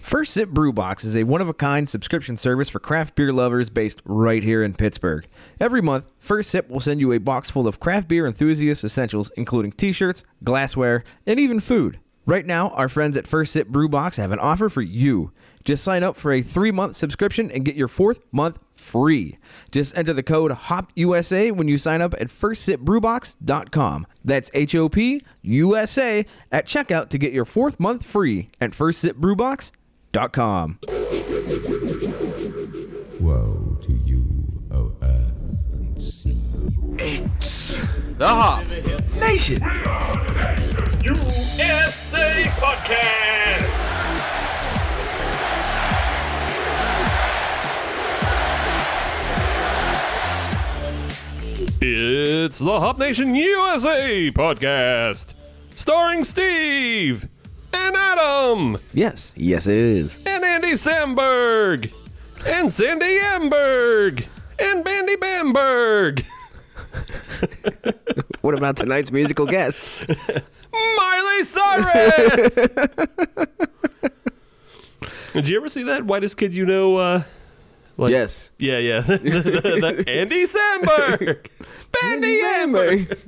First Sip Brew Box is a one of a kind subscription service for craft beer lovers based right here in Pittsburgh. Every month, First Sip will send you a box full of craft beer enthusiast essentials, including t shirts, glassware, and even food. Right now, our friends at First Sip Brew Box have an offer for you. Just sign up for a three month subscription and get your fourth month free. Just enter the code HOPUSA when you sign up at firstsipbrewbox.com. That's H O P U S A at checkout to get your fourth month free at firstsipbrewbox.com. Woe to you, O earth and sea. The Hop Nation. E USA Podcast. It's the Hop Nation USA podcast, starring Steve and Adam Yes, yes, it is. and Andy Samberg and Cindy Amberg and Bandy Bamberg, What about tonight's musical guest? Miley Cyrus. Did you ever see that whitest kid you know? Uh, like, Yes. Yeah, yeah. That Andy Samberg. Bandy Amberg.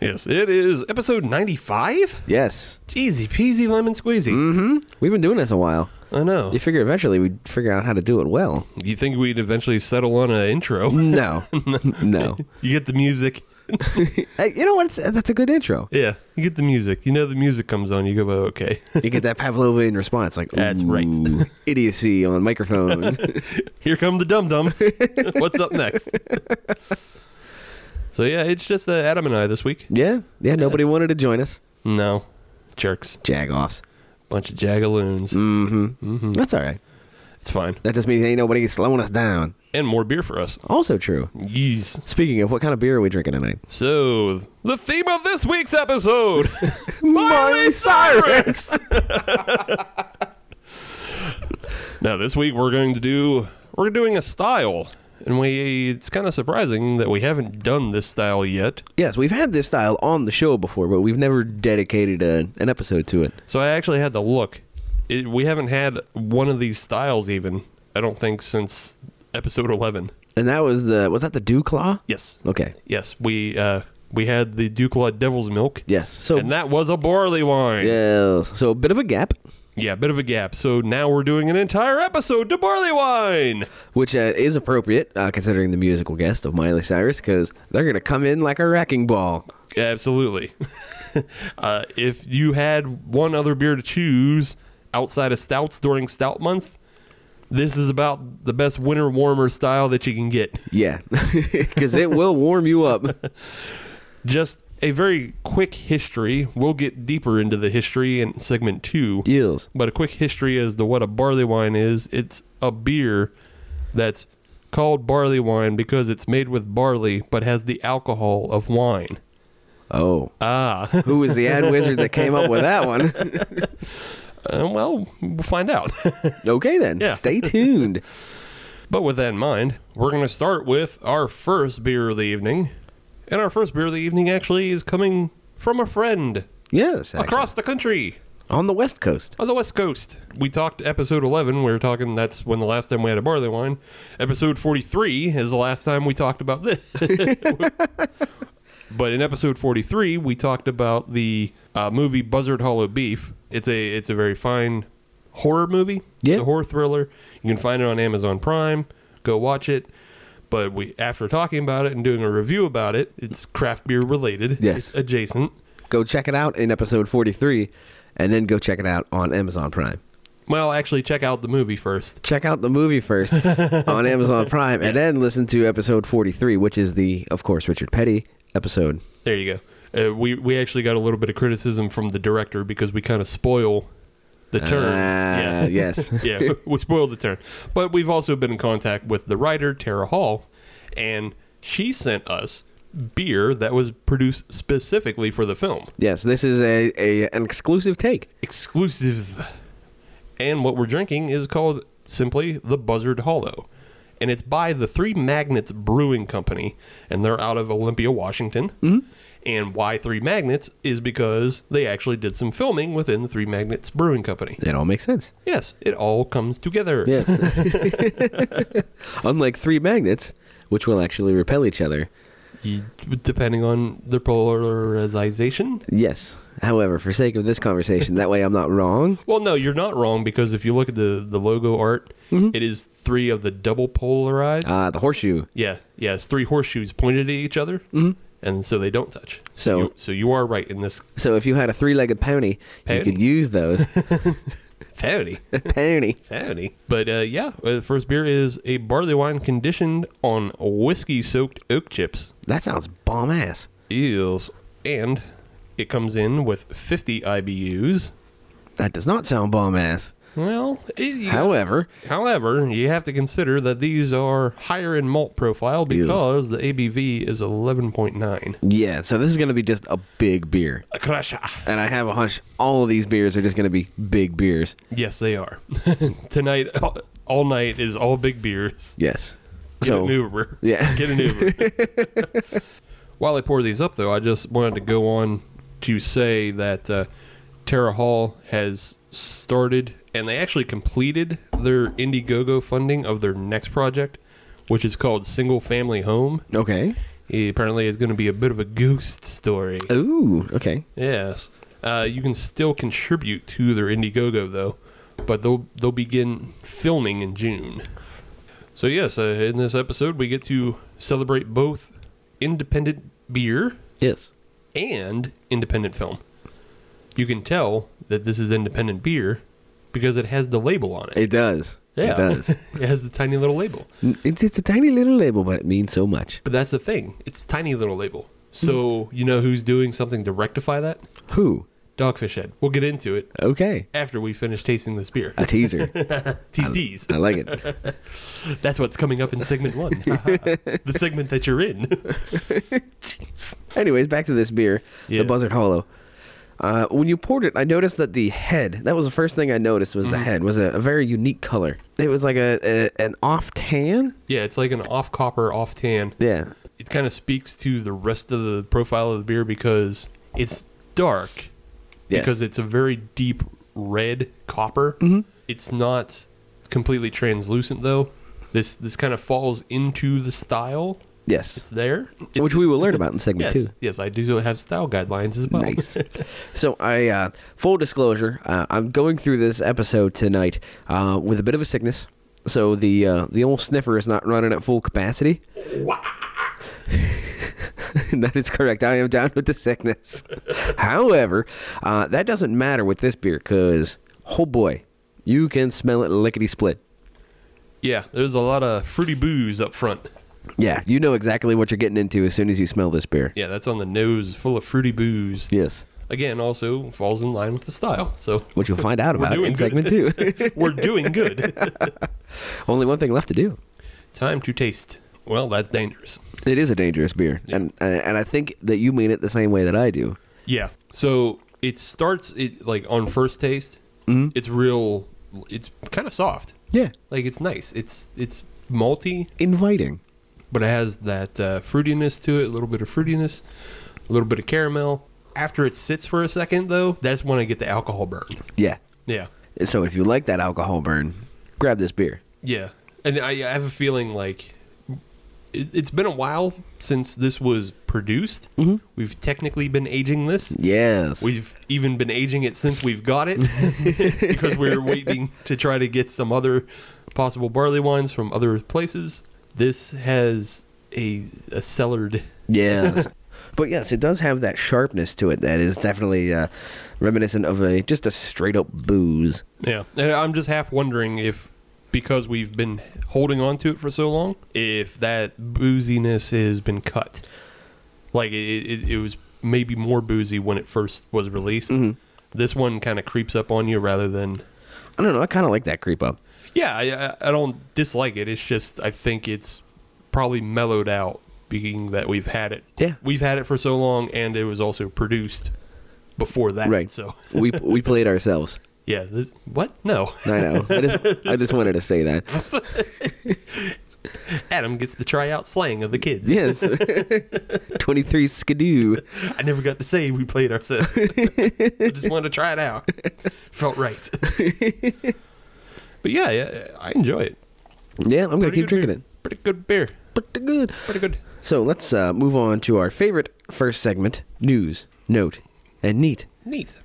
Yes, it is episode 95? Yes. Jeezy peasy lemon squeezy. Mm-hmm. We've been doing this a while. I know. You figure eventually we'd figure out how to do it well. You think we'd eventually settle on an intro? No. no. You get the music. Hey, you know what? It's, that's a good intro. Yeah, you get the music. You know the music comes on, you go, "Oh, okay. You get that Pavlovian response, like That's right. "Ooh, idiocy on microphone. Here come the dum dums. What's up next? so yeah, it's just uh, Adam and I this week. yeah, yeah. Nobody wanted to join us. No, jerks, Jagoffs. bunch of jagaloons. Hmm. That's all right. It's fine, That just means ain't nobody slowing us down. and more beer for us. Also true. Yeez. Speaking of, what kind of beer are we drinking tonight? So the theme of this week's episode: Miley Cyrus. now this week we're going to do we're doing a style, and we it's kind of surprising that we haven't done this style yet. Yes, we've had this style on the show before, but we've never dedicated a, an episode to it. So I actually had to look. It, we haven't had one of these styles even. I don't think since episode eleven. And that was the was that the Dew Claw? Yes. Okay. Yes, we uh, we had the Duclaw Devil's Milk. Yes. So And that was a barley wine. yes. So a bit of a gap, Yeah, bit of a gap. So now we're doing an entire episode to barley wine. which uh, is appropriate uh, considering the musical guest of Miley Cyrus, because they're gonna come in like a wrecking ball. Absolutely. uh, if you had one other beer to choose outside of stouts during stout month, this is about the best winter warmer style that you can get. Yeah, because it will warm you up. Just a very quick history. We'll get deeper into the history in segment two. Eels. But a quick history as to what a barley wine is it's a beer that's called barley wine because it's made with barley but has the alcohol of wine. Oh, Ah, who was the ad wizard that came up with that one? uh, well, we'll find out. okay, then. Yeah. Stay tuned. but with that in mind, we're going to start with our first beer of the evening. And our first beer of the evening actually is coming from a friend Yes. actually. across the country. on the West Coast. on Oh, the West Coast. We talked episode 11. We were talking, that's when the last time we had a barley wine. Episode 43 is the last time we talked about this. but in episode 43, we talked about the uh, movie Buzzard Hollow Beef. It's a it's a very fine horror movie. Yeah. It's a horror thriller. You can find it on Amazon Prime. Go watch it. But we after talking about it and doing a review about it, it's craft beer related. Yes. It's adjacent. Go check it out in episode 43, and then go check it out on Amazon Prime. Well, actually check out the movie first. Check out the movie first on Amazon Prime, and then listen to episode 43, which is the, of course, Richard Petty episode. There you go. Uh, we we actually got a little bit of criticism from the director because we kind of spoil the turn. Ah, yeah, yes. yeah, we spoiled the turn. But we've also been in contact with the writer Tara Hall, and she sent us beer that was produced specifically for the film, Yes, this is a, a an exclusive take. exclusive. And what we're drinking is called simply the Buzzard Hollow. And it's by the Three Magnets Brewing Company, and they're out of Olympia, Washington. And why Three Magnets is because they actually did some filming within the Three Magnets Brewing Company. It all makes sense. Yes, it all comes together. Yes. Unlike three magnets, which will actually repel each other. Y- Depending on the polarization. Yes. However, for sake of this conversation, that way I'm not wrong. Well, no, you're not wrong because if you look at the, the logo art, it is three of the double polarized. Uh, the horseshoe. yeah, yeah, it's three horseshoes pointed at each other, and so they don't touch. Mm-hmm. So- you, so you are right in this So if you had a three-legged pony, you Pony. could use those parody. pony. Fatty. But uh, yeah, uh, the first beer is a barley wine conditioned on whiskey soaked oak chips. That sounds bomb ass. Eels. And it comes in with 50 IBUs. That does not sound bomb ass. Well, it, you- However, however, you have to consider that these are higher in malt profile Eels. because the ABV is 11.9. yeah. So this is going to be just a big beer, A crusher. and I have a hunch all of these beers are just going to be big beers. Yes, they are. Tonight, all, all night is all big beers. Yes. Get so an Uber. Yeah. Get an Uber. While I pour these up, though, I just wanted to go on to say that uh, Terra Hall has started and they actually completed their Indiegogo funding of their next project, which is called Single Family Home. okay. It apparently is going to be a bit of a ghost story. Ooh. Okay. Yes. Uh, you can still contribute to their Indiegogo though, but they'll they'll begin filming in June. So yes, uh, in this episode we get to celebrate both independent beer Yes. and independent film. You can tell that this is independent beer because it has the label on it. It does. yeah, It does. it has the tiny little label. It's it's a tiny little label, but it means so much. But that's the thing; it's tiny little label. So you know who's doing something to rectify that? Who? Dogfish Head. We'll get into it Okay. after we finish tasting this beer. A teaser. Tease tease. I like it. That's what's coming up in segment one. the segment that you're in. Anyways, back to this beer, Yeah. the Buzzard Hollow. Uh, when you poured it, I noticed that the head, that was the first thing I noticed was Mm-hmm. the head, was a, a very unique color. It was like a, a an off tan. yeah, it's like an off copper, off tan. Yeah. It kind of speaks to the rest of the profile of the beer because it's dark. Yes. Because it's a very deep red copper. It's not completely translucent though. This this kind of falls into the style. It's Yes. there. It's- Which we will learn about in segment yes, two. yes, I do have style guidelines as well. Nice. so I, uh, full disclosure, uh, I'm going through this episode tonight uh, with a bit of a sickness. So the uh, the old sniffer is not running at full capacity. that is correct. I am down with the sickness. However, uh, that doesn't matter with this beer because, oh boy, you can smell it lickety split. yeah, there's a lot of fruity booze up front. Yeah, you know exactly what you're getting into as soon as you smell this beer. Yeah, that's on the nose, full of fruity booze. Yes, Again, also falls in line with the style. So which you'll find out We're about doing in good. segment two. we're doing good. Only one thing left to do. Time to taste. Well, that's dangerous. It is a dangerous beer, and and I think that you mean it the same way that I do. Yeah. So it starts it like on first taste. It's real. It's kind of soft. Yeah, Like it's nice. It's it's malty, inviting. but it has that uh, fruitiness to it. A little bit of fruitiness, a little bit of caramel. After it sits for a second, though, that's when I get the alcohol burn. Yeah. Yeah. So if you like that alcohol burn, grab this beer. Yeah, and I, I have a feeling like it, it's been a while since this was produced. Mm-hmm. We've technically been aging this. Yes. We've even been aging it since we've got it because we were waiting to try to get some other possible barley wines from other places. This has a, a cellared. yes. but yes, it does have that sharpness to it that is definitely uh, reminiscent of a just a straight up booze. Yeah. And I'm just half wondering if, because we've been holding on to it for so long, if that booziness has been cut. Like, it, it, it was maybe more boozy when it first was released. This one kind of creeps up on you rather than. I don't know. I kind of like that creep up. Yeah, I- I, I don't dislike it. It's just, I think it's probably mellowed out being that we've had it. Yeah. We've had it for so long, and it was also produced before that. Right. So, we we played ourselves. yeah. This, what? No. I know. I just I just wanted to say that. Adam gets to try out slang of the kids. Yes. 23 Skidoo. I never got to say we played ourselves. I just wanted to try it out. Felt right. but yeah, yeah, I enjoy it. Yeah, I'm going to Pretty keep good drinking it. beer. Pretty good beer. Pretty good. Pretty good. So let's uh, move on to our favorite first segment news, note, and neat. Neat.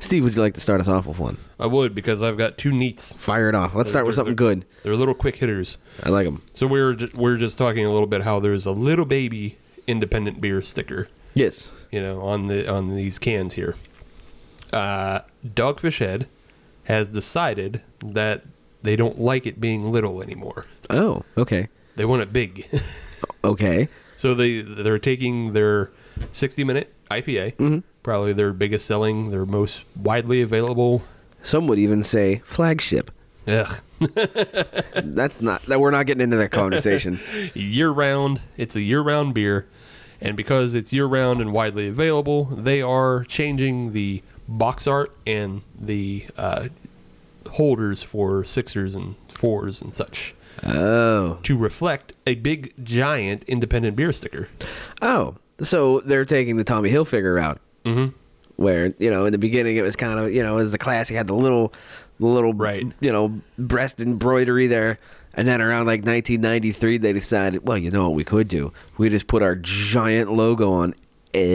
Steve, would you like to start us off with one? I would because I've got two neats. Fire it off. Let's start with They're- something they're- good. They're little quick hitters. I like them. So we were ju- we were just talking a little bit how there's a little baby independent beer sticker, Yes. you know, on the on these cans here. Uh, Dogfish Head has decided that they don't like it being little anymore. Oh, okay. They want it big. Okay. so they they're taking their 60 minute IPA, probably their biggest selling, their most widely available. Some would even say flagship. Ugh, That's not that we're not getting into that conversation. year round. It's a year round beer. And because it's year round and widely available, they are changing the box art and the uh, holders for sixers and fours and such oh. to reflect a big, giant independent beer sticker. Oh. So they're taking the Tommy Hilfiger route. Mhm. Mm-hmm. Where, you know, in the beginning it was kind of, you know, as the classic had the little the little Right. you know, breast embroidery there. And then around like 1993 they decided, well, you know what we could do? We just put our giant logo on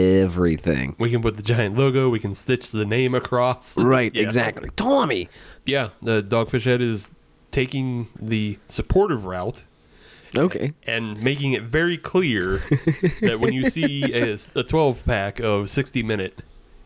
everything. We can put the giant logo, we can stitch the name across. Right, Yeah. exactly. Tommy. Yeah, the Dogfish Head is taking the supportive route Okay. and making it very clear that when you see a, a 12 pack of 60 minute,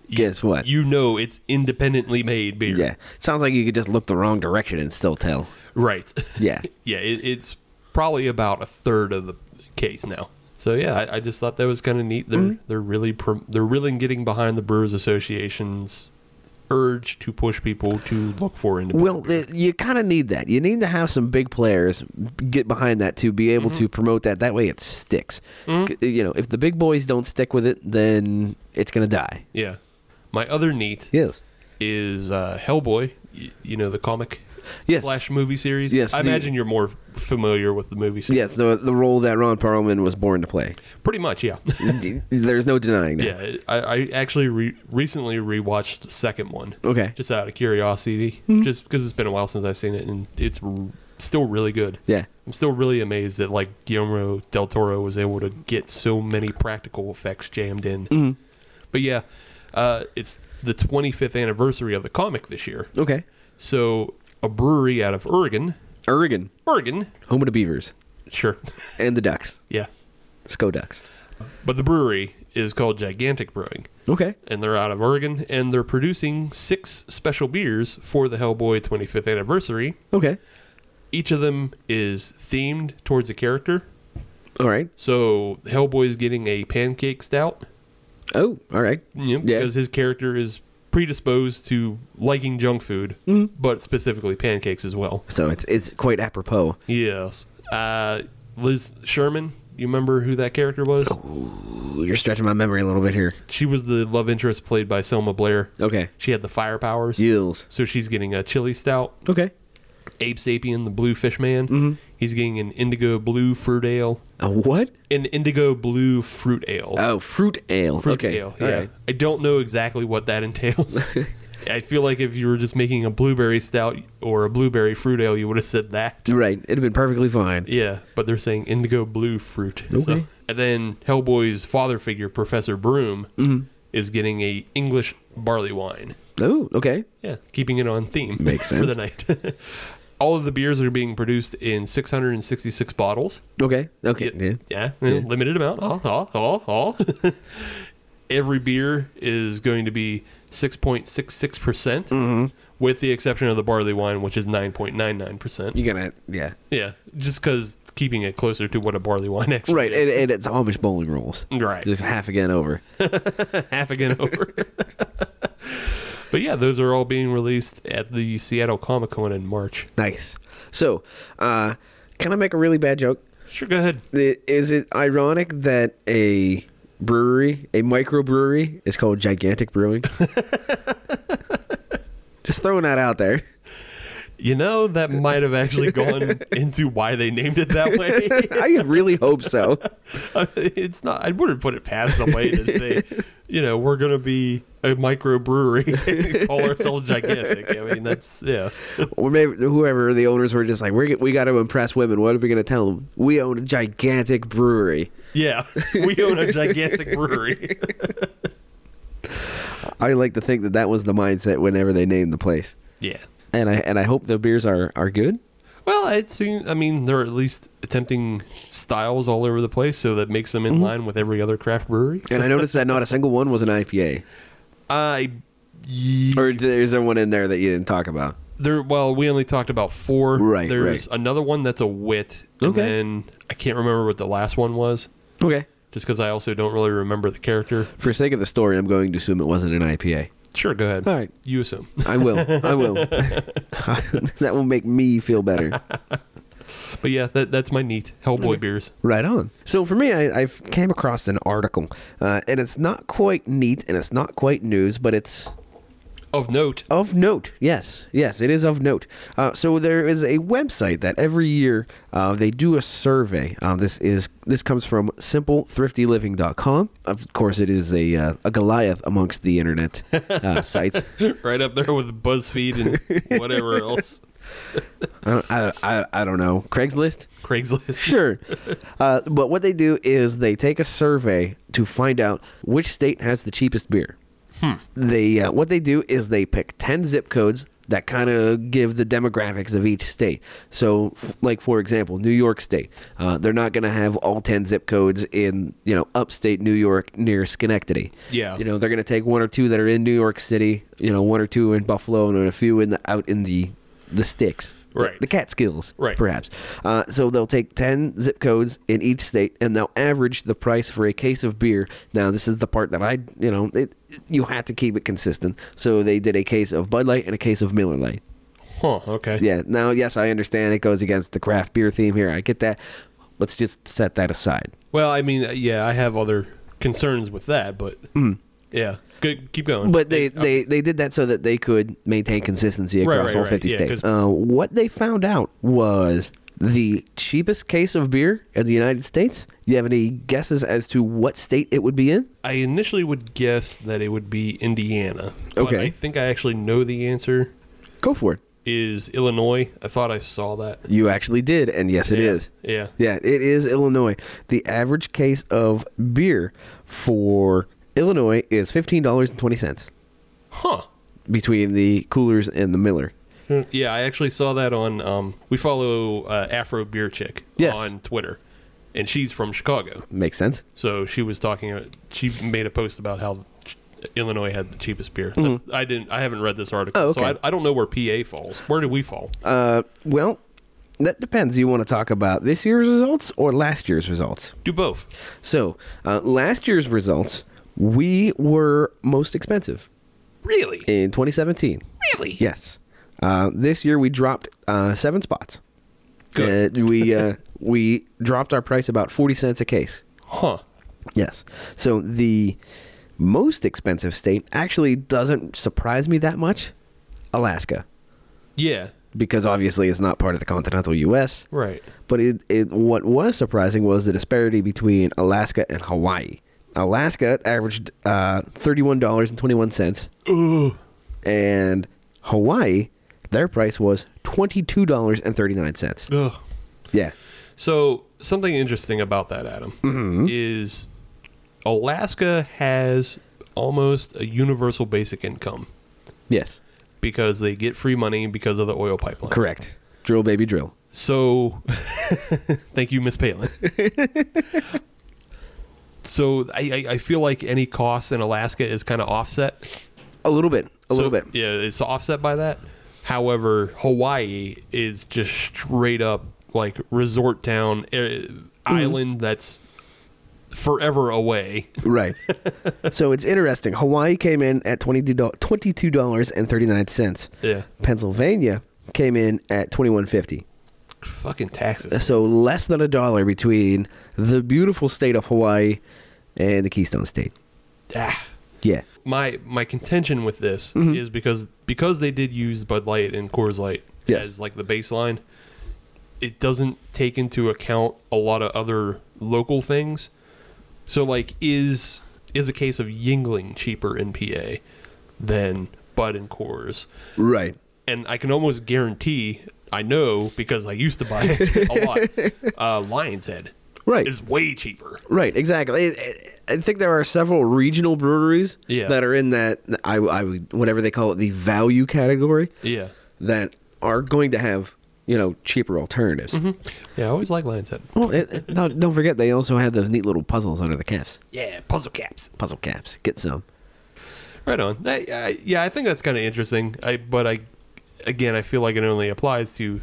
you- Guess what? You know it's independently made beer. Yeah. Sounds like you could just look the wrong direction and still tell. Right. Yeah. yeah, it, it's probably about a third of the case now. So yeah, I, I just thought that was kind of neat. They're Mm-hmm. they're really prom- they're really getting behind the Brewers Association's urge to push people to look for independent. Well, beer. th you kind of need that. You need to have some big players get behind that to be able to promote that. That way it sticks. C- You know, if the big boys don't stick with it, then it's going to die. yeah. My other neat Yes. is uh, Hellboy. You, you know the comic Yes. slash movie series. Yes, I the- imagine you're more familiar with the movie series. Yes, the, the role that Ron Perlman was born to play. pretty much. Yeah, D- There's no denying that. yeah. I, I actually re- recently rewatched the second one. Okay. Hmm. just out of curiosity, just because it's been a while since I've seen it, and it's r- still really good. Yeah. I'm still really amazed that like Guillermo del Toro was able to get so many practical effects jammed in. Mm-hmm. But yeah, uh, it's the 25th anniversary of the comic this year. Okay. So a brewery out of Oregon, Oregon, Oregon, home of the Beavers sure, and the Ducks. yeah. Let's go Ducks. But the brewery is called Gigantic Brewing, Okay. and they're out of Oregon, and they're producing six special beers for the Hellboy 25th anniversary. Okay. Each of them is themed towards a character. All right. So Hellboy's getting a pancake stout, Oh, all right. you know, Yeah. because his character is predisposed to liking junk food, but specifically pancakes as well. So it's it's quite apropos. Yes. Uh, Liz Sherman, you remember who that character was? Ooh, you're stretching my memory a little bit here. She was the love interest played by Selma Blair. Okay. She had the fire powers. Yields. So she's getting a chili stout. Okay. Abe Sapien, the blue fish man, Mm-hmm. he's getting an indigo blue fruit ale. A what? An indigo blue fruit ale. Oh, fruit ale. fruit okay. ale. All Yeah. right. I don't know exactly what that entails. I feel like if you were just making a blueberry stout or a blueberry fruit ale, you would have said that. Right. It'd have been perfectly fine. Yeah, but they're saying indigo blue fruit. so- Okay. And then Hellboy's father figure, Professor Broom, Mm-hmm. is getting a English barley wine. Oh, okay. Yeah, keeping it on theme Makes for sense. the night. All of the beers are being produced in 666 bottles. Okay. Okay. Yeah, Yeah. yeah, limited amount. Oh, oh, oh, oh. Every beer is going to be 6.66%, percent Mm-hmm. with the exception of the barley wine, which is 9.99%. You're gonna yeah. Yeah, just because keeping it closer to what a barley wine actually Right. is. And, and it's Amish bowling rules. Mm, Right. Just half again over. Half again over. but yeah, those are all being released at the Seattle Comic Con in March. nice. So, uh, can I make a really bad joke? Sure, go ahead. I- Is it ironic that a brewery, a microbrewery, is called Gigantic Brewing? Just throwing that out there. You know, that might have actually gone into why they named it that way. I really hope so. it's not. I wouldn't put it past somebody to say, you know, we're going to be a microbrewery and call ourselves gigantic. I mean, that's yeah. Or maybe whoever the owners were just like, we we got to impress women. What are we going to tell them? We own a gigantic brewery. Yeah, we own a gigantic brewery. I like to think that that was the mindset whenever they named the place. yeah. And I and I hope the beers are are good. Well, it seems, I mean, they're at least attempting styles all over the place, so that makes them in line with every other craft brewery. Mm-hmm. And I noticed that not a single one was an IPA. I, ye- Or is there one in there that you didn't talk about? there. Well, we only talked about four. Right, There's right. another one that's a wit, and Okay. then I can't remember what the last one was, Okay. just because I also don't really remember the character. For sake of the story, I'm going to assume it wasn't an IPA. Sure, go ahead. All right. you assume. I will. I will. that will make me feel better. But yeah, that, that's my neat Hellboy beers. Right on. So for me, I, I've came across an article, uh, and it's not quite neat, and it's not quite news, but it's Of note, of note. Yes, yes, it is of note. Uh, so there is a website that every year uh, they do a survey. Uh, this is this comes from SimpleThriftyLiving.com. Of course, it is a uh, a Goliath amongst the internet uh, sites. right up there with BuzzFeed and whatever else, I, I, I, I don't know Craigslist. Craigslist. Sure. Uh, but what they do is they take a survey to find out which state has the cheapest beer. Hmm. They uh, what they do is they pick ten zip codes that kind of give the demographics of each state. So, f- like for example, New York State, uh, they're not going to have all ten zip codes in you know upstate New York near Schenectady. Yeah. you know they're going to take one or two that are in New York City, you know one or two in Buffalo, and a few in the out in the the sticks, the- Right. The Catskills, Right. Perhaps perhaps. Uh, so they'll take 10 zip codes in each state and they'll average the price for a case of beer. Now, this is the part that I, you know, it, you had to keep it consistent. So they did a case of Bud Light and a case of Miller Light. Huh. Okay. Yeah. Now, yes, I understand it goes against the craft beer theme here. I get that. Let's just set that aside. Well, I mean, uh, yeah, I have other concerns with that, but yeah, good. Keep going. Mm. But they, they, they did that so that they could maintain consistency Right, across right, all right. 50 Yeah, states. 'cause- Uh, what they found out was the cheapest case of beer in the United States. Do you have any guesses as to what state it would be in? I initially would guess that it would be Indiana. but Okay. I think I actually know the answer Go for it. is Illinois. I thought I saw that. You actually did, and yes, it Yeah, is. yeah. Yeah, it is Illinois. The average case of beer for Illinois is $15.20 Huh. between the coolers and the Miller. Yeah, I actually saw that on. Um, we follow uh, Afro Beer Chick Yes. on Twitter, and she's from Chicago. Makes sense. So she was talking. uh, She made a post about how ch- Illinois had the cheapest beer. That's, I didn't. I haven't read this article, Oh, so okay. I, I don't know where PA falls. Where do we fall? Uh, well, that depends. You want to talk about this year's results or last year's results? do both. So, uh, last year's results, we were most expensive Really? in 2017. Really? Yes. Uh, this year we dropped uh, seven spots. Good. Uh, we uh, we dropped our price about forty cents a case. Huh. Yes. So the most expensive state actually doesn't surprise me that much, Alaska, Yeah. because obviously it's not part of the continental U.S. Right. But it, it what was surprising was the disparity between Alaska and Hawaii. Alaska averaged uh, thirty-one dollars and twenty-one cents, Ooh. and Hawaii, their price was twenty-two dollars and thirty-nine cents. Ugh. Yeah. So something interesting about that, Adam, is Alaska has almost a universal basic income Yes. because they get free money because of the oil pipeline. Correct. Drill, baby, drill. So, thank you, Miss Palin. so I, I, I feel like any cost in Alaska is kind of offset. A little bit. A So, little bit. Yeah, it's offset by that. However, Hawaii is just straight up like resort town uh, Hmm. island that's forever away. Right. so it's interesting. Hawaii came in at $22, dollars and 39 cents. Yeah. Pennsylvania came in at 21.50. Fucking taxes. So less than a dollar between the beautiful state of Hawaii and the Keystone State. Ah. Yeah. my my contention with this Mm-hmm. is because because they did use Bud Light and Coors Light Yes. as like the baseline, it doesn't take into account a lot of other local things. So like is is a case of Yingling cheaper in PA than Bud and Coors? Right. and I can almost guarantee I know because I used to buy it a lot. Uh, Lion's Head Right. is way cheaper. Right, exactly. I- I I think there are several regional breweries Yeah. that are in that I, I would whatever they call it the value category Yeah, that are going to have you know cheaper alternatives. Mm-hmm. yeah. I always like Lion's Head. Well, it, it- don't, don't forget they also had those neat little puzzles under the caps, Yeah, puzzle caps. puzzle caps. Get some. Right on. I, I, yeah, I think that's kind of interesting. I but I again I feel like it only applies to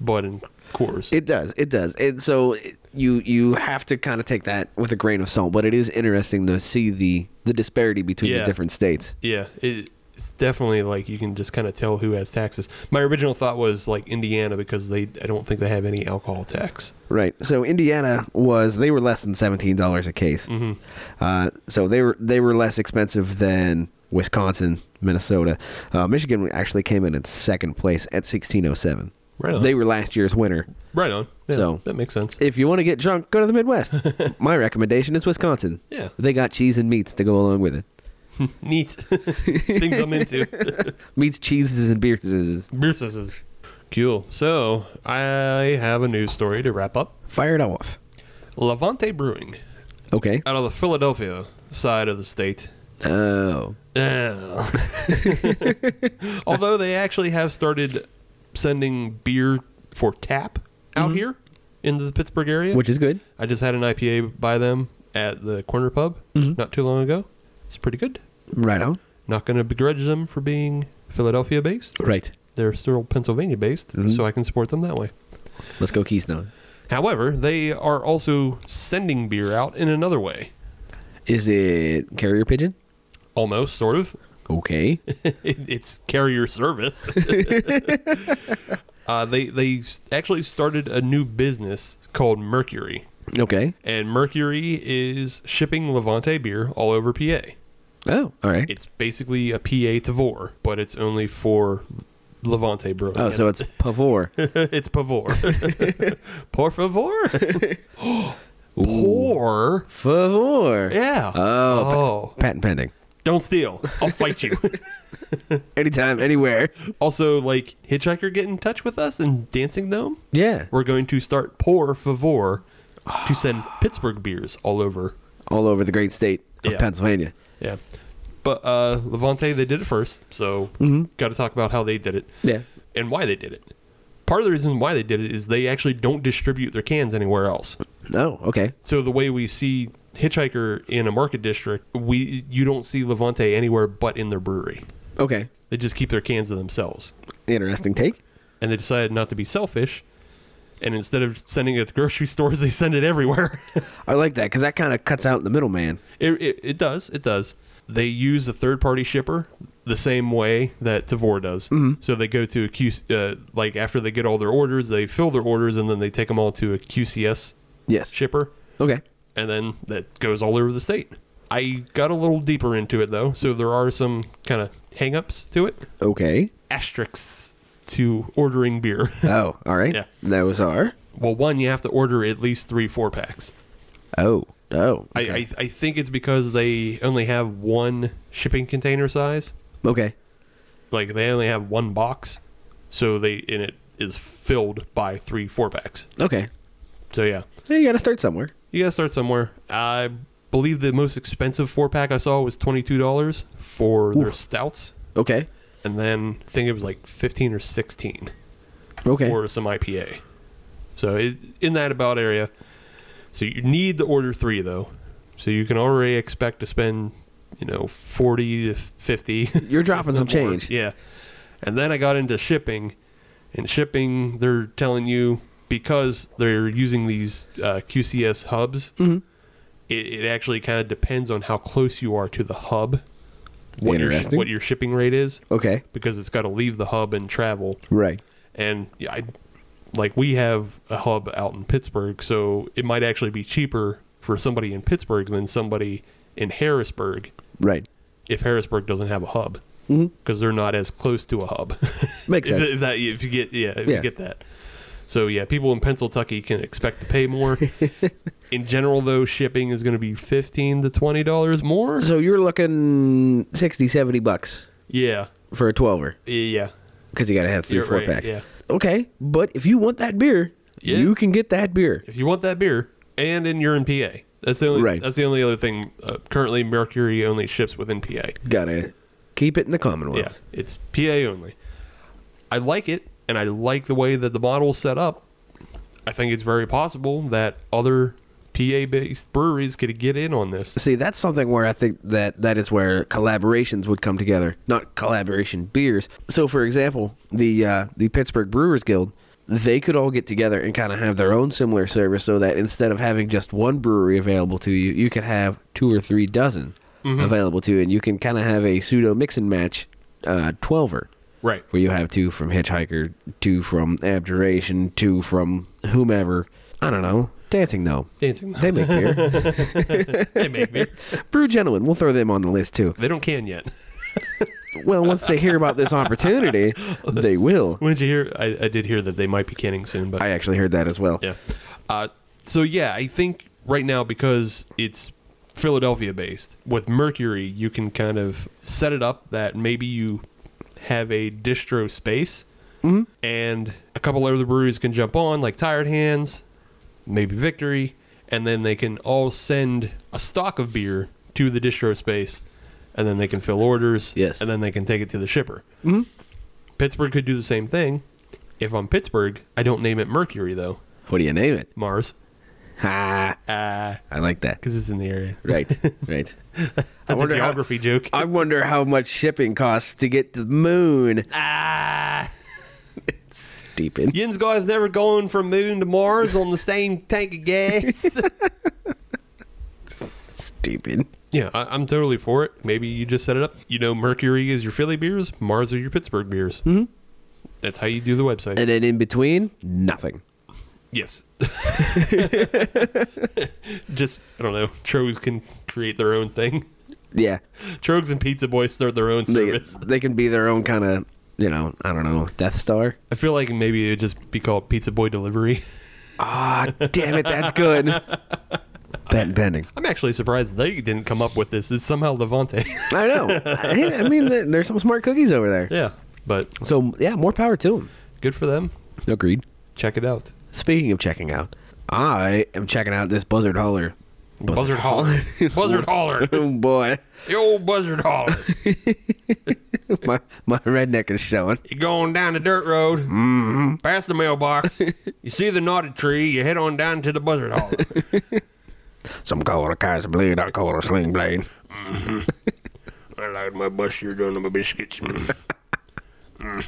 Bud and Coors. It does, it does, and so it- you you have to kind of take that with a grain of salt. But it is interesting to see the the disparity between the Yeah. different states. yeah, it, it's definitely like you can just kind of tell who has taxes. My original thought was like Indiana because they I don't think they have any alcohol tax. Right. So Indiana was they were less than seventeen dollars a case. Mm-hmm. Uh, so they were they were less expensive than Wisconsin, Minnesota, uh, Michigan actually came in in second place at sixteen oh seven. Right on. They were last year's winner. Right on. Yeah, So- that makes sense. If you want to get drunk, go to the Midwest. My recommendation is Wisconsin. Yeah. They got cheese and meats to go along with it. Neat things I'm into. Meats, cheeses, and beers. Bruce's. Cool. So I have a news story to wrap up. Fire it off. Levante Brewing, Okay. out of the Philadelphia side of the state. Oh. Oh. Although they actually have started sending beer for tap out here in the Pittsburgh area. Mm-hmm. Which is good. I just had an IPA by them at the corner pub Mm-hmm. not too long ago. It's pretty good. Right on. Not going to begrudge them for being Philadelphia based. Right. They're still Pennsylvania based, Mm-hmm. so I can support them that way. Let's go Keystone. However, they are also sending beer out in another way. Is it carrier pigeon? Almost, sort of. Okay. It- it's carrier service. uh, they they s- actually started a new business called Mercury, Okay. and Mercury is shipping Levante beer all over PA. Oh, all right. It's basically a PA Tavor, but it's only for Levante brewing. oh, so And- it's Pavor. it's Pavor. Por favor. Por. Favor. Yeah. Oh, Oh. Patent pending. Don't steal. I'll fight you. Anytime, anywhere. also, like Hitchhiker, get in touch with us and Dancing Gnome. Yeah. We're going to start Pour Favor to send Pittsburgh beers all over. All over the great state of Yeah. Pennsylvania. Yeah. But uh, Levante, they did it first, so got to talk about how they did it Yeah. and why they did it. Part of the reason why they did it is they actually don't distribute their cans anywhere else. Oh, okay. So the way we see Hitchhiker in a market district, we you don't see Levante anywhere but in their brewery. Okay. They just keep their cans to themselves. Interesting take. and they decided not to be selfish. And instead of sending it to grocery stores, they send it everywhere. I like that because that kind of cuts out the middleman. it, it, it does. It does. They use a third party shipper the same way that Tavor does. So they go to a Q, uh, like after they get all their orders, they fill their orders and then they take them all to a QCS Yes. shipper. Okay. And then that goes all over the state. I got a little deeper into it though. So there are some kind of hang ups to it, Okay. asterisks to ordering beer. Oh, all right. Yeah. Those are. Well, one, you have to order at least three four packs. Oh. Oh. I, okay. I, I think it's because they only have one shipping container size. okay. Like they only have one box, so they and it is filled by three four packs. Okay. So yeah, Yeah, you got to start somewhere. you gotta start somewhere. I believe the most expensive four pack I saw was twenty two dollars for their stouts, Okay. and then I think it was like fifteen or sixteen Okay. for some IPA. So it, in that about area. So you need to order three though, so you can already expect to spend you know forty to fifty. You're dropping some more. change. Yeah. And then I got into shipping, and shipping they're telling you because they're using these uh, QCS hubs, Mm-hmm. it, it actually kind of depends on how close you are to the hub. What your, Interesting. what your shipping rate is Okay. because it's got to leave the hub and travel Right. and yeah, I like we have a hub out in Pittsburgh, so it might actually be cheaper for somebody in Pittsburgh than somebody in Harrisburg Right. if Harrisburg doesn't have a hub Mhm. because they're not as close to a hub. Makes if, sense. if that if you get yeah if Yeah. you get that. So yeah, people in Pennsylvania can expect to pay more. in general, though, shipping is going to be fifteen to twenty dollars more. So you're looking 60, 70 bucks Yeah, for a 12er yeah, because you got to have 3 You're 4 right, packs. yeah. Okay, but if you want that beer, Yeah. you can get that beer. if you want that beer, and in your NPA. That's the only. Right. That's the only other thing. Uh, currently, Mercury only ships with NPA. Got to keep it in the Commonwealth. Yeah, it's PA only. I like it, and I like the way that the model's set up. I think it's very possible that other PA-based breweries could get in on this. See, that's something where I think that that is where collaborations would come together, not collaboration beers. So, for example, the uh, the Pittsburgh Brewers Guild, they could all get together and kind of have their own similar service, so that instead of having just one brewery available to you, you could have two or three dozen Mm-hmm. available to you, and you can kind of have a pseudo mix and match uh, twelver. Right. Where you have two from Hitchhiker, two from Abjuration, two from whomever. I don't know. Dancing though. Dancing. They make beer. they make beer. Brew Gentlemen, we'll throw them on the list too. They don't can yet. Well, once they hear about this opportunity, they will. When did you hear? I, I did hear that they might be canning soon, but I actually heard that as well. yeah. Uh, so yeah, I think right now because it's Philadelphia based with Mercury, you can kind of set it up that maybe you have a distro space, Mm-hmm. and a couple other breweries can jump on, like Tired Hands, maybe Victory, and then they can all send a stock of beer to the distro space, and then they can fill orders. Yes. and then they can take it to the shipper. Mm-hmm. Pittsburgh could do the same thing. If I'm Pittsburgh, I don't name it Mercury though. What do you name it? Mars. Ha! Ah, I like that. because it's in the area. Right, right. That's a wonder how- geography joke. I wonder how much shipping costs to get to the moon. ah, Stupid. Yin's guy's never going from moon to Mars on the same tank of gas. Stupid. yeah, I, I'm totally for it. Maybe you just set it up. You know, Mercury is your Philly beers, Mars are your Pittsburgh beers. Mm-hmm. That's how you do the website. And then in between, nothing. yes. just I don't know. Trogs can create their own thing. Yeah. Trogs and Pizza Boy start their own They, service. they can be their own kind of, you know, I don't know, Death Star. I feel like maybe it would just be called Pizza Boy Delivery. Ah, damn it, that's good. Ben Bending. I'm actually surprised they didn't come up with this. It's somehow Levante. I know. I, I mean, th- there's some smart cookies over there. yeah, but So, yeah, more power to them. good for them. Agreed. Check it out. Speaking of checking out, I am checking out this Buzzard Holler. Buzzard Holler. Buzzard Holler. Oh boy, The old Buzzard Holler. my my redneck is showing. You're going down the dirt road, Mm-hmm. past the mailbox. you see the knotted tree, you head on down to the Buzzard Holler. Some call it a Kaiser blade, I call it a sling blade. I like my bus shirt under my biscuits. Mm,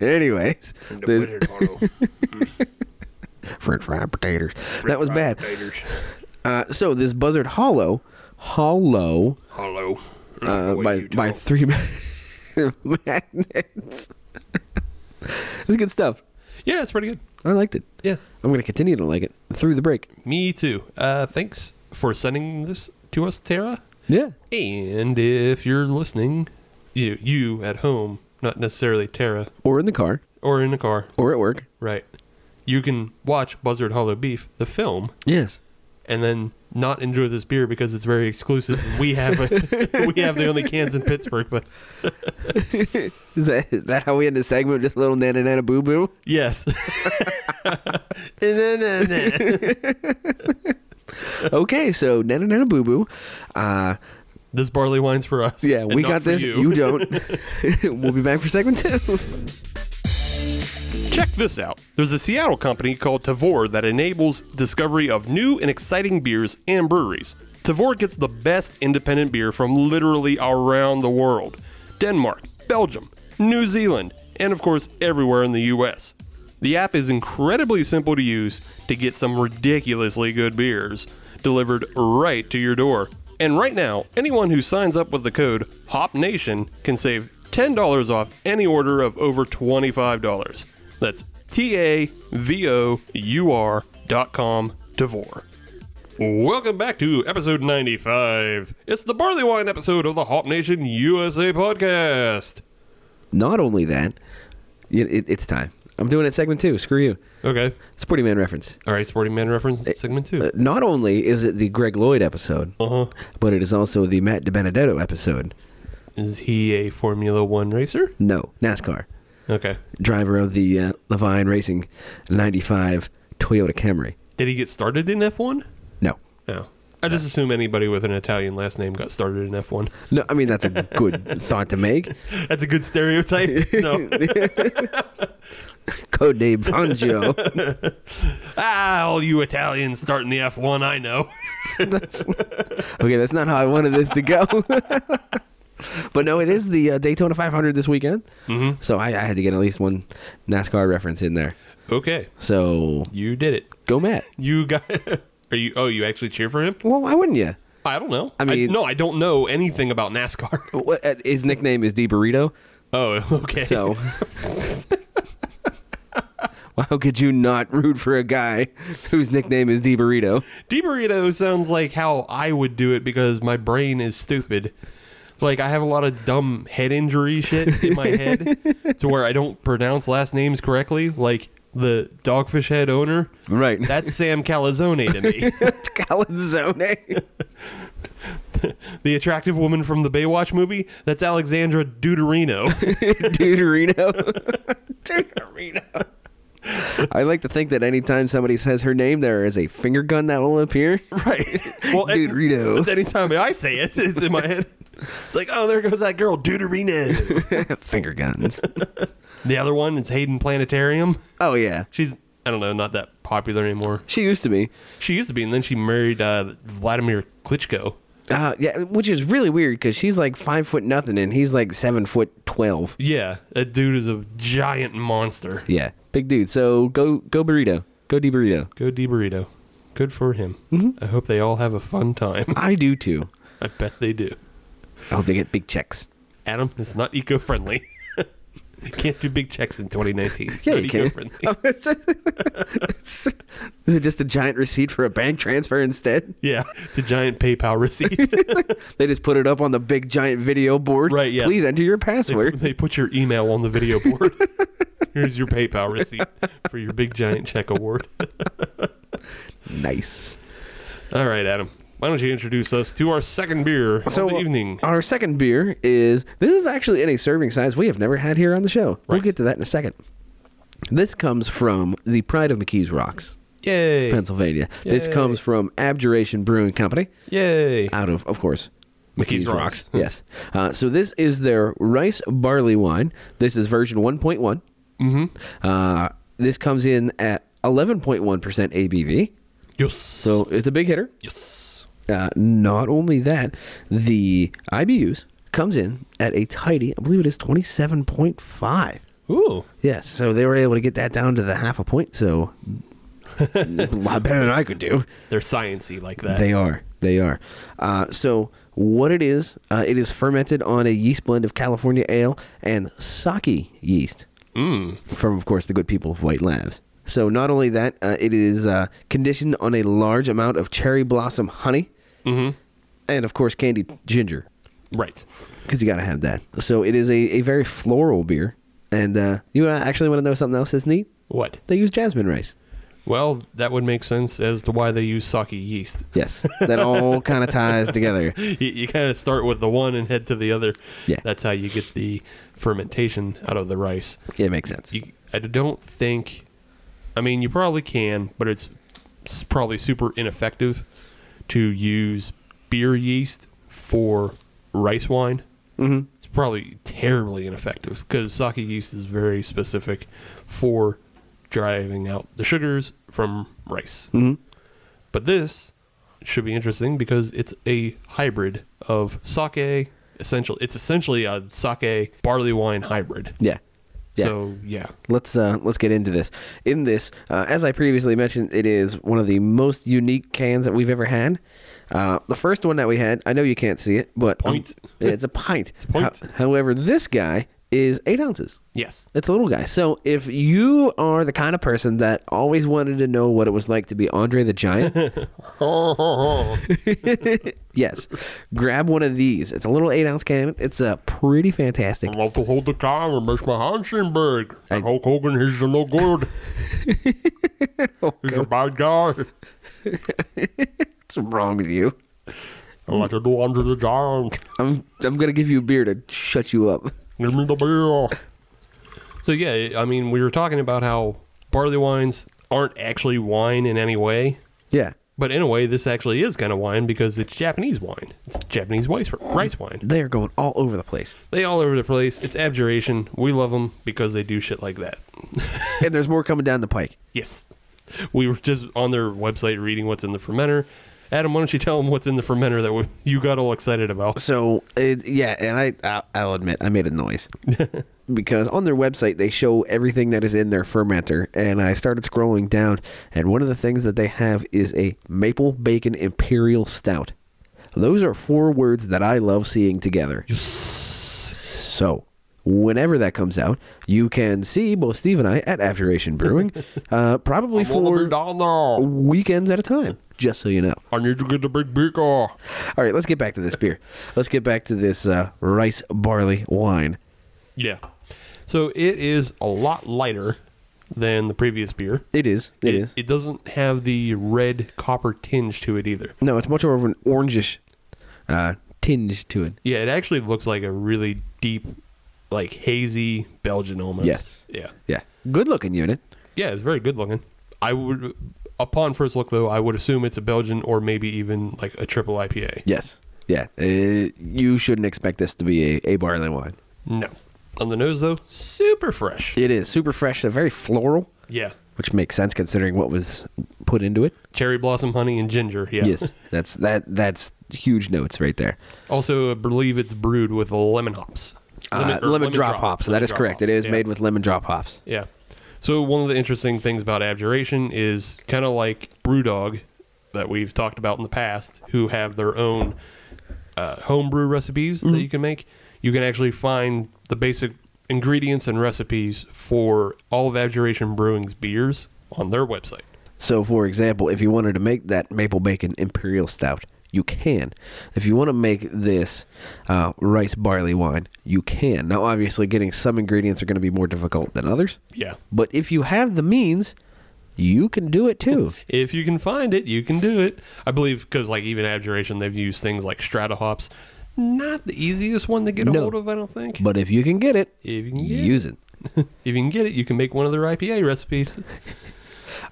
Anyways, the this Buzzard Holler. French fried potatoes. that was bad. Taters. Uh, so this Buzzard Hollow, Hollow Hollow. uh, Mm, Boy, by you by talk. three magnets. It's good stuff. Yeah, it's pretty good. I liked it. Yeah. I'm gonna continue to like it through the break. Me too. Uh, thanks for sending this to us, Tara. Yeah. And if you're listening, you you at home, not necessarily Tara, Or in the car, or in the car, or at work. right? You can watch Buzzard Hollow Beef, the film, Yes. and then not enjoy this beer because it's very exclusive. We have a, we have the only cans in Pittsburgh, but Is that is that how we end the segment? Just a little nana nana boo boo. yes, Okay, so nana nana boo boo. Uh, this barley wine's for us. yeah, and we not got for this. You, don't. we'll be back for segment two. Check this out. There's a Seattle company called Tavor that enables discovery of new and exciting beers and breweries. Tavor gets the best independent beer from literally around the world Denmark, Belgium, New Zealand, and of course, everywhere in the US. The app is incredibly simple to use to get some ridiculously good beers delivered right to your door. And right now, anyone who signs up with the code HOPNATION can save $10 off any order of over $25. That's T A V O U R dot com Tavor. Welcome back to episode 95. It's the barley wine episode of the Hop Nation USA podcast. Not only that, it, it, it's time. I'm doing it segment two. Screw you. Okay. It's a pretty man reference. All right, Sporting Man reference segment two. Uh, Not only is it the Greg Lloyd episode, Uh huh. but it is also the Matt DiBenedetto episode. Is he a Formula One racer? No, NASCAR. Okay. Driver of the uh, Levine Racing 95 Toyota Camry. Did he get started in F1? No. No. I just assume anybody with an Italian last name got started in F1. No, I mean, that's a good thought to make. That's a good stereotype. No. Codename Fangio. ah, all you Italians starting the F1, I know. That's- okay, that's not how I wanted this to go. but no, it is the uh, Daytona 500 this weekend. Mm-hmm. So I, I had to get at least one NASCAR reference in there. Okay. So You did it. go Matt. You got. Are you? Oh, you actually cheer for him? Well, why wouldn't you? I don't know. I mean- no, I don't know anything about NASCAR. What, uh, his nickname is D Burrito. Oh, okay. So, Well, how could you not root for a guy whose nickname is D Burrito? D burrito sounds like how I would do it because my brain is stupid. Like I have a lot of dumb head injury shit in my head to where I don't pronounce last names correctly. Like the Dogfish Head owner, Right. that's Sam Calzone to me. Calzone. the attractive woman from the Baywatch movie, that's Alexandra Deuterino. Deuterino. Deuterino. I like to think that anytime somebody says her name, there is a finger gun that will appear. right. Well, and- Deuterino. it's anytime I say it, it's in my head. It's like, oh, there goes that girl, Deuterino. finger guns. the other one is Hayden Planetarium. Oh, yeah. She's I don't know, not that popular anymore. She used to be. She used to be, and then she married uh, Vladimir Klitschko. Uh, yeah, which is really weird because she's like five foot nothing and he's like seven foot twelve. Yeah, that dude is a giant monster. Yeah, big dude. So go go burrito. Go D burrito. Go D burrito. Good for him. Mm-hmm. I hope they all have a fun time. I do too. I bet they do. I hope Oh, they get big checks. Adam, it's not eco friendly. Can't do big checks in 2019. Yeah, Not you can. eco-friendly. Is it just a giant receipt for a bank transfer instead? Yeah, it's a giant PayPal receipt. They just put it up on the big giant video board. Right, yeah. Please enter your they, password. they put your email on the video board. Here's your PayPal receipt for your big giant check award. nice. All right, Adam. Why don't you introduce us to our second beer So uh, of the evening? our second beer is this is actually in a serving size we have never had here on the show. We'll Right. get to that in a second. This comes from the Pride of McKees Rocks, Yay! Pennsylvania. This Yay. comes from Abjuration Brewing Company. Yay! out of, of course, McKee's Rocks. yes. Uh, so this is their rice barley wine. This is version 1.1. Mm-hmm. Uh, this comes in at 11.1% ABV. yes. So it's a big hitter. yes. Uh, not only that, the IBUs comes in at a tidy, I believe it is 27.5. Ooh. Yes, so they were able to get that down to the half a point. So a lot better than I could do. They're sciency like that. They are. They are. Uh, so what it is, uh, it is fermented on a yeast blend of California ale and sake yeast mm. from, of course, the good people of White Labs. So not only that, uh, it is uh, conditioned on a large amount of cherry blossom honey and, of course, candied ginger Mm-hmm. Right. because you got to have that. So it is a, a very floral beer. And uh, you actually want to know something else that's neat? What? They use jasmine rice. Well, that would make sense as to why they use sake yeast. Yes, that all kind of ties together. You, you kind of start with the one and head to the other. Yeah. That's how you get the fermentation out of the rice. It makes sense. You, I don't think. I mean, you probably can, but it's s- probably super ineffective to use beer yeast for rice wine. Mhm. It's probably terribly ineffective because sake yeast is very specific for driving out the sugars from rice. Mhm. But this should be interesting because it's a hybrid of sake essential. It's essentially a sake barley wine hybrid. Yeah. Yeah. So yeah, let's uh, let's get into this. In this, uh, as I previously mentioned, it is one of the most unique cans that we've ever had. Uh, the first one that we had, I know you can't see it, but um, Pint. it's a pint. a pint. Ho- however, this guy is eight ounces. Yes. It's a little guy. So if you are the kind of person that always wanted to know what it was like to be Andre the Giant, yes, grab one of these. It's a little eight ounce can. It's a pretty fantastic. I have to hold the camera, Mr. Hansenberg. And Hulk Hogan, he's no good. he's a bad guy. What's wrong with you? I like to do under the giant. I'm I'm gonna give you a beer to shut you up. Give me the beer. So yeah, I mean, we were talking about how barley wines aren't actually wine in any way, Yeah, but in a way, this actually is kind of wine because it's Japanese wine. It's Japanese rice, rice wine. they are going all over the place, They all over the place. It's abjuration. We love them because they do shit like that. and there's more coming down the pike. Yes. We were just on their website reading what's in the fermenter. Adam, why don't you tell them what's in the fermenter that we, you got all excited about? So it, yeah, and I, I I'll admit I made a noise because on their website they show everything that is in their fermenter, and I started scrolling down, and one of the things that they have is a maple bacon imperial stout. Those are four words that I love seeing together. So. Whenever that comes out, you can see both Steve and I at Abjuration Brewing, uh, probably for I weekends at a time. Just so you know. need to get the big beaker. All right, let's get back to this beer. Let's get back to this uh, rice barley wine. Yeah. So it is a lot lighter than the previous beer. It is. It, it is. It doesn't have the red copper tinge to it either. No, it's much more of an orangish uh, tinge to it. Yeah, it actually looks like a really deep, like hazy Belgian almost. Yes. Yeah. Yeah, good looking unit. Yeah, it's very good looking. I would, upon first look though, I would assume it's a Belgian or maybe even like a triple IPA. Yes. Yeah, uh, you shouldn't expect this to be a, a barley wine. No. On the nose though, super fresh. It is super fresh, and very floral, Yeah. which makes sense considering what was put into it. Cherry blossom, honey, and ginger. Yeah. Yes, that's that. That's huge notes right there. Also, I believe it's brewed with lemon hops. Uh, or lemon, drop, hops. That Lemon is drop correct. it hops, is yeah. made with lemon drop hops. Yeah. So one of the interesting things about abjuration is kind of like BrewDog that we've talked about in the past, who have their own uh, homebrew recipes Mm-hmm. that you can make. You can actually find the basic ingredients and recipes for all of Abjuration Brewing's beers on their website. So, for example, if you wanted to make that maple bacon imperial stout, you can. If you want to make this uh, rice barley wine, you can. Now, obviously, getting some ingredients are going to be more difficult than others, Yeah. but if you have the means, you can do it too. If you can find it, you can do it. I believe because like even Abjuration, they've used things like strata hops. Not the easiest one to get a No. hold of, I don't think. But if you can get it, If you can get it. use it. if you can get it, you can make one of their IPA recipes.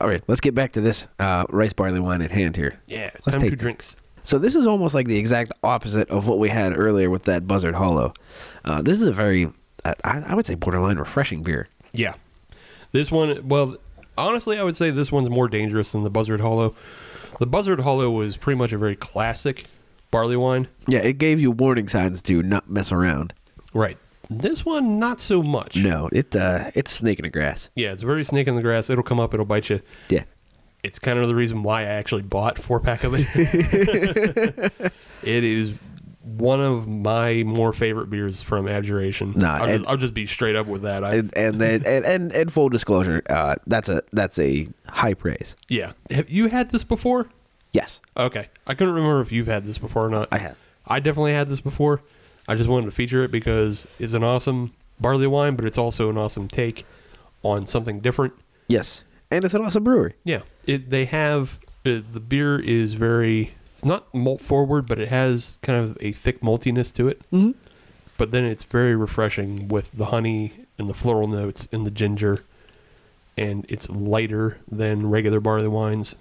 All right, let's get back to this uh, rice barley wine at hand here. Yeah, Let's time take to that. drinks. So this is almost like the exact opposite of what we had earlier with that Buzzard Hollow. Uh, this is a very, uh, I, I would say, borderline refreshing beer. Yeah. This one, well, honestly, I would say this one's more dangerous than the Buzzard Hollow. The Buzzard Hollow was pretty much a very classic barley wine. Yeah, it gave you warning signs to not mess around. Right. This one, not so much. No, it uh, it's snake in the grass. Yeah, it's a very snake in the grass. It'll come up, it'll bite you. Yeah, It's kind of the reason why I actually bought four pack of it. it is one of my more favorite beers from Abjuration. Nah, I'll, and- just, I'll just be straight up with that. I, and and then and, and and full disclosure, uh, that's a that's a high praise. yeah. Have you had this before? Yes, Okay. I couldn't remember if you've had this before or not. I have. I definitely had this before. I just wanted to feature it because it's an awesome barley wine, but it's also an awesome take on something different. yes, and it's an awesome brewery. Yeah. It they have uh, the beer is very it's not malt forward, but it has kind of a thick maltiness to it. Mm-hmm. But then it's very refreshing with the honey and the floral notes and the ginger, and it's lighter than regular barley wines.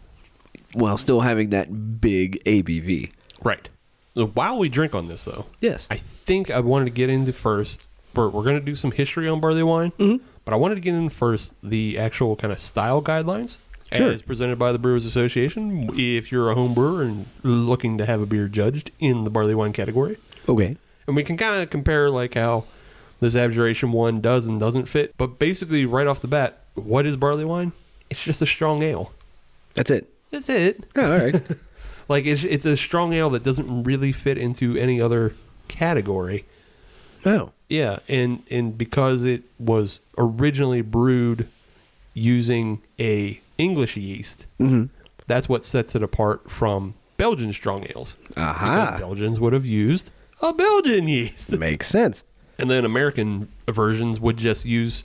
While still having that big ABV. Right. So while we drink on this, though, Yes, I think I wanted to get into first. We're, we're going to do some history on barley wine, Mm-hmm. but I wanted to get in first the actual kind of style guidelines Sure. as presented by the Brewers Association. If you're a home brewer and looking to have a beer judged in the barley wine category, okay. and we can kind of compare like how this abjuration one does and doesn't fit. But basically, right off the bat, what is barley wine? It's just a strong ale. That's it. That's it. Oh, all right. Like it's it's a strong ale that doesn't really fit into any other category. Oh, Yeah, and and because it was originally brewed using a English yeast, Mm-hmm. that's what sets it apart from Belgian strong ales. Aha. Because Belgians would have used a Belgian yeast, Makes sense. and then American versions would just use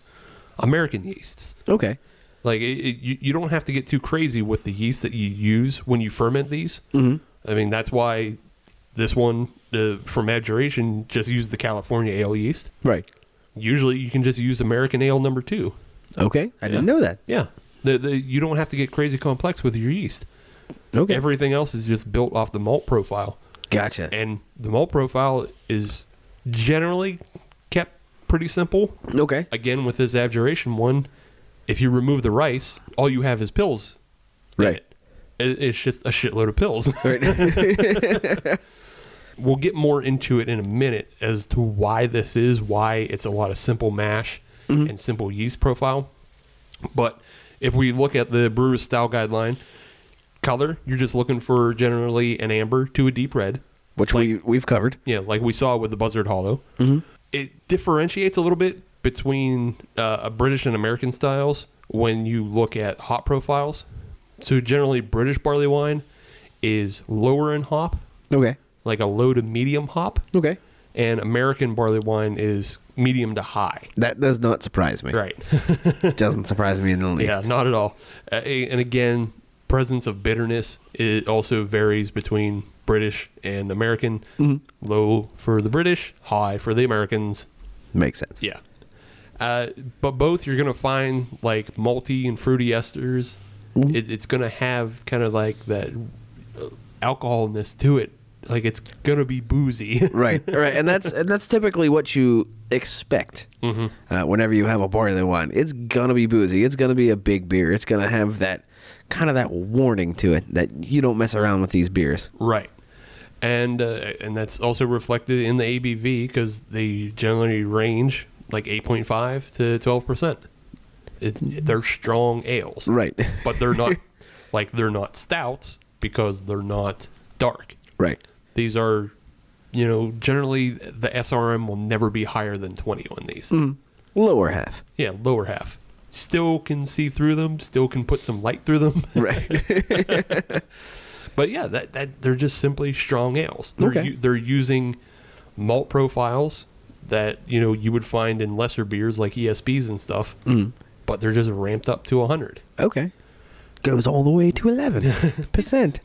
American yeasts. Okay. Like it, it, you, you don't have to get too crazy with the yeast that you use when you ferment these. Mm-hmm. I mean, that's why this one uh, for maturation just used the California ale yeast. Right. Usually, you can just use American ale number two. Okay. I didn't Yeah. know that. Yeah, the, the, you don't have to get crazy complex with your yeast. Okay. Everything else is just built off the malt profile, gotcha. and the malt profile is generally kept pretty simple. okay. Again, with this abjuration one, if you remove the rice, all you have is pills in Right. it. It- It's just a shitload of pills. Right. we'll get more into it in a minute as to why this is, why it's a lot of simple mash and simple yeast profile. But if we look at the brewer's style guideline, color, you're just looking for generally an amber to a deep red. Which we we've covered. Yeah, like we saw with the Buzzard Hollow. It differentiates a little bit between uh, a British and American styles when you look at hop profiles. So generally, British barley wine is lower in hop, Okay. like a low to medium hop, Okay. and American barley wine is medium to high. That does not surprise me. Right. Doesn't surprise me in the least. yeah, not at all. Uh, a- and again, presence of bitterness it also varies between British and American. Low for the British, high for the Americans. Makes sense. Yeah. Uh, but both you're gonna find like malty and fruity esters. Mm-hmm. It, it's gonna have kind of like that uh, alcoholness to it. Like it's gonna be boozy. Right. Right. And that's and that's typically what you expect. Mm-hmm. Uh, whenever you have a barley wine, it's gonna be boozy. It's gonna be a big beer. It's gonna have that kind of that warning to it that you don't mess around with these beers. Right. And uh, and that's also reflected in the ABV because they generally range like 8.5 to 12 percent. They're strong ales, Mm-hmm. Right. But they're not like they're not stouts because they're not dark. Right. These are, you know, generally the SRM will never be higher than 20 on these. Mm. Lower half. Yeah, lower half. Still can see through them. Still can put some light through them. Right. But yeah, that, that they're just simply strong ales. They're Okay. u- they're using malt profiles that you know you would find in lesser beers like ESBs and stuff, Mm. but they're just ramped up to hundred. okay. Goes all the way to eleven percent.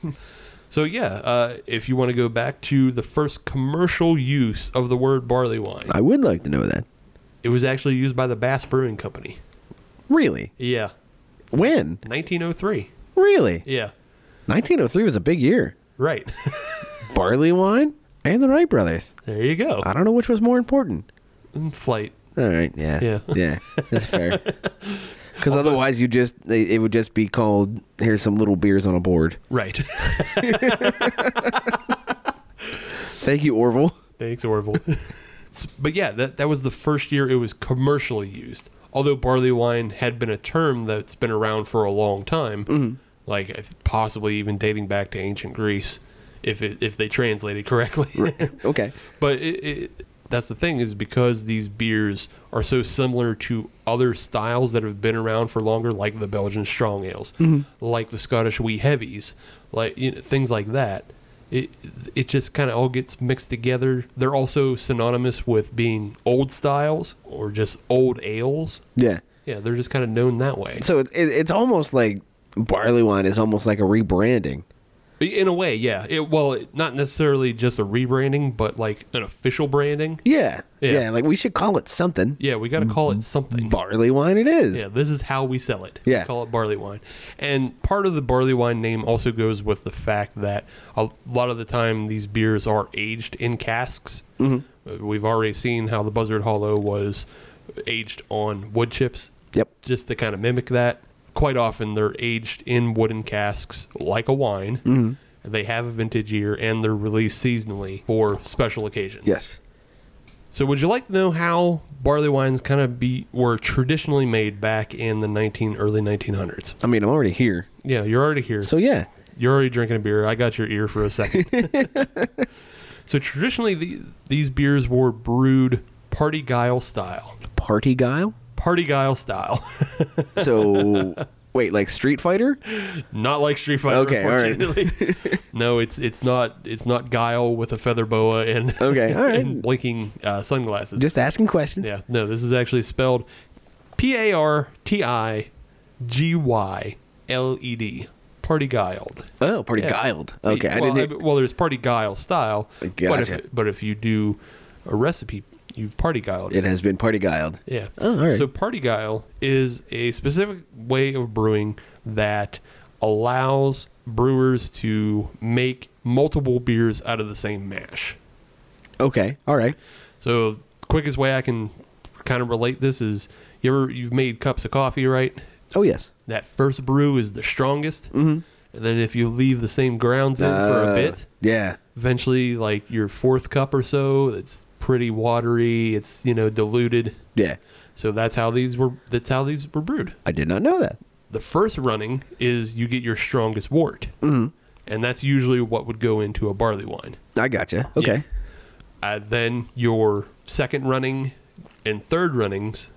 So yeah, uh, if you want to go back to the first commercial use of the word barley wine, I would like to know that. it was actually used by the Bass Brewing Company. Really? Yeah, When? 1903. Really? Yeah, 1903 was a big year. right. Barley wine and the Wright brothers. there you go. Mm, I don't know which was more important. Flight. All right. Yeah. Yeah. Yeah. That's fair. Because otherwise, you just they- it would just be called here's some little beers on a board. Right. Thank you, Orville. Thanks, Orville. S- but yeah, that, that was the first year it was commercially used. Although barley wine had been a term that's been around for a long time, like if- possibly even dating back to ancient Greece, if it, if they translated correctly. Okay. but it, it, that's the thing is because these beers are so similar to other styles that have been around for longer, like the Belgian strong ales, like the Scottish wee heavies, like you know, things like that. It it just kind of all gets mixed together. They're also synonymous with being old styles or just old ales. Yeah. Yeah, they're just kind of known that way. So it, it, it's almost like barley wine is almost like a rebranding. In a way, yeah. It, well, it, not necessarily just a rebranding, but like an official branding. Yeah. Yeah. Like we should call it something. Yeah, we got to call it something. Barley wine. It is. Yeah, this is how we sell it. Yeah. We call it barley wine. And part of the barley wine name also goes with the fact that a lot of the time these beers are aged in casks. Mm-hmm. We've already seen how the Buzzard Hollow was aged on wood chips. Yep. Just to kind of mimic that. Quite often they're aged in wooden casks like a wine. They have a vintage year and they're released seasonally for special occasions. Yes. So, would you like to know how barley wines kind of be were traditionally made back in the 19 early 1900s? I mean, I'm already here. Yeah, you're already here. So yeah. you're already drinking a beer. I got your ear for a second. so, traditionally, the, these beers were brewed Party Guile style. Party Guile? Party Guile style. So, wait, like Street Fighter? not like Street Fighter, Okay, all right. unfortunately. no, it's it's not it's not Guile with a feather boa and Okay, all right. and blinking uh, sunglasses. Just asking questions. yeah, no, this is actually spelled P A R T I G Y L E D. Party guiled. Oh, Party Yeah. Guiled. Okay, I well, didn't. well, there's party guile style, but if Gotcha. but if you do a recipe, you party guiled. it has been Party Guiled. Yeah. Oh, all right. So party guile is a specific way of brewing that allows brewers to make multiple beers out of the same mash. Okay, all right. So quickest way I can kind of relate this is you ever you've made cups of coffee, right? Oh yes. That first brew is the strongest. Mm-hmm. And then if you leave the same grounds in for Uh, a bit, Yeah. eventually like your fourth cup or so, it's pretty watery, it's you know diluted. Yeah. So that's how these were that's how these were brewed. I did not know that. the first running is you get your strongest wort, mm-hmm. and that's usually what would go into a barley wine. I gotcha. Okay. Uh, then your second running and third runnings,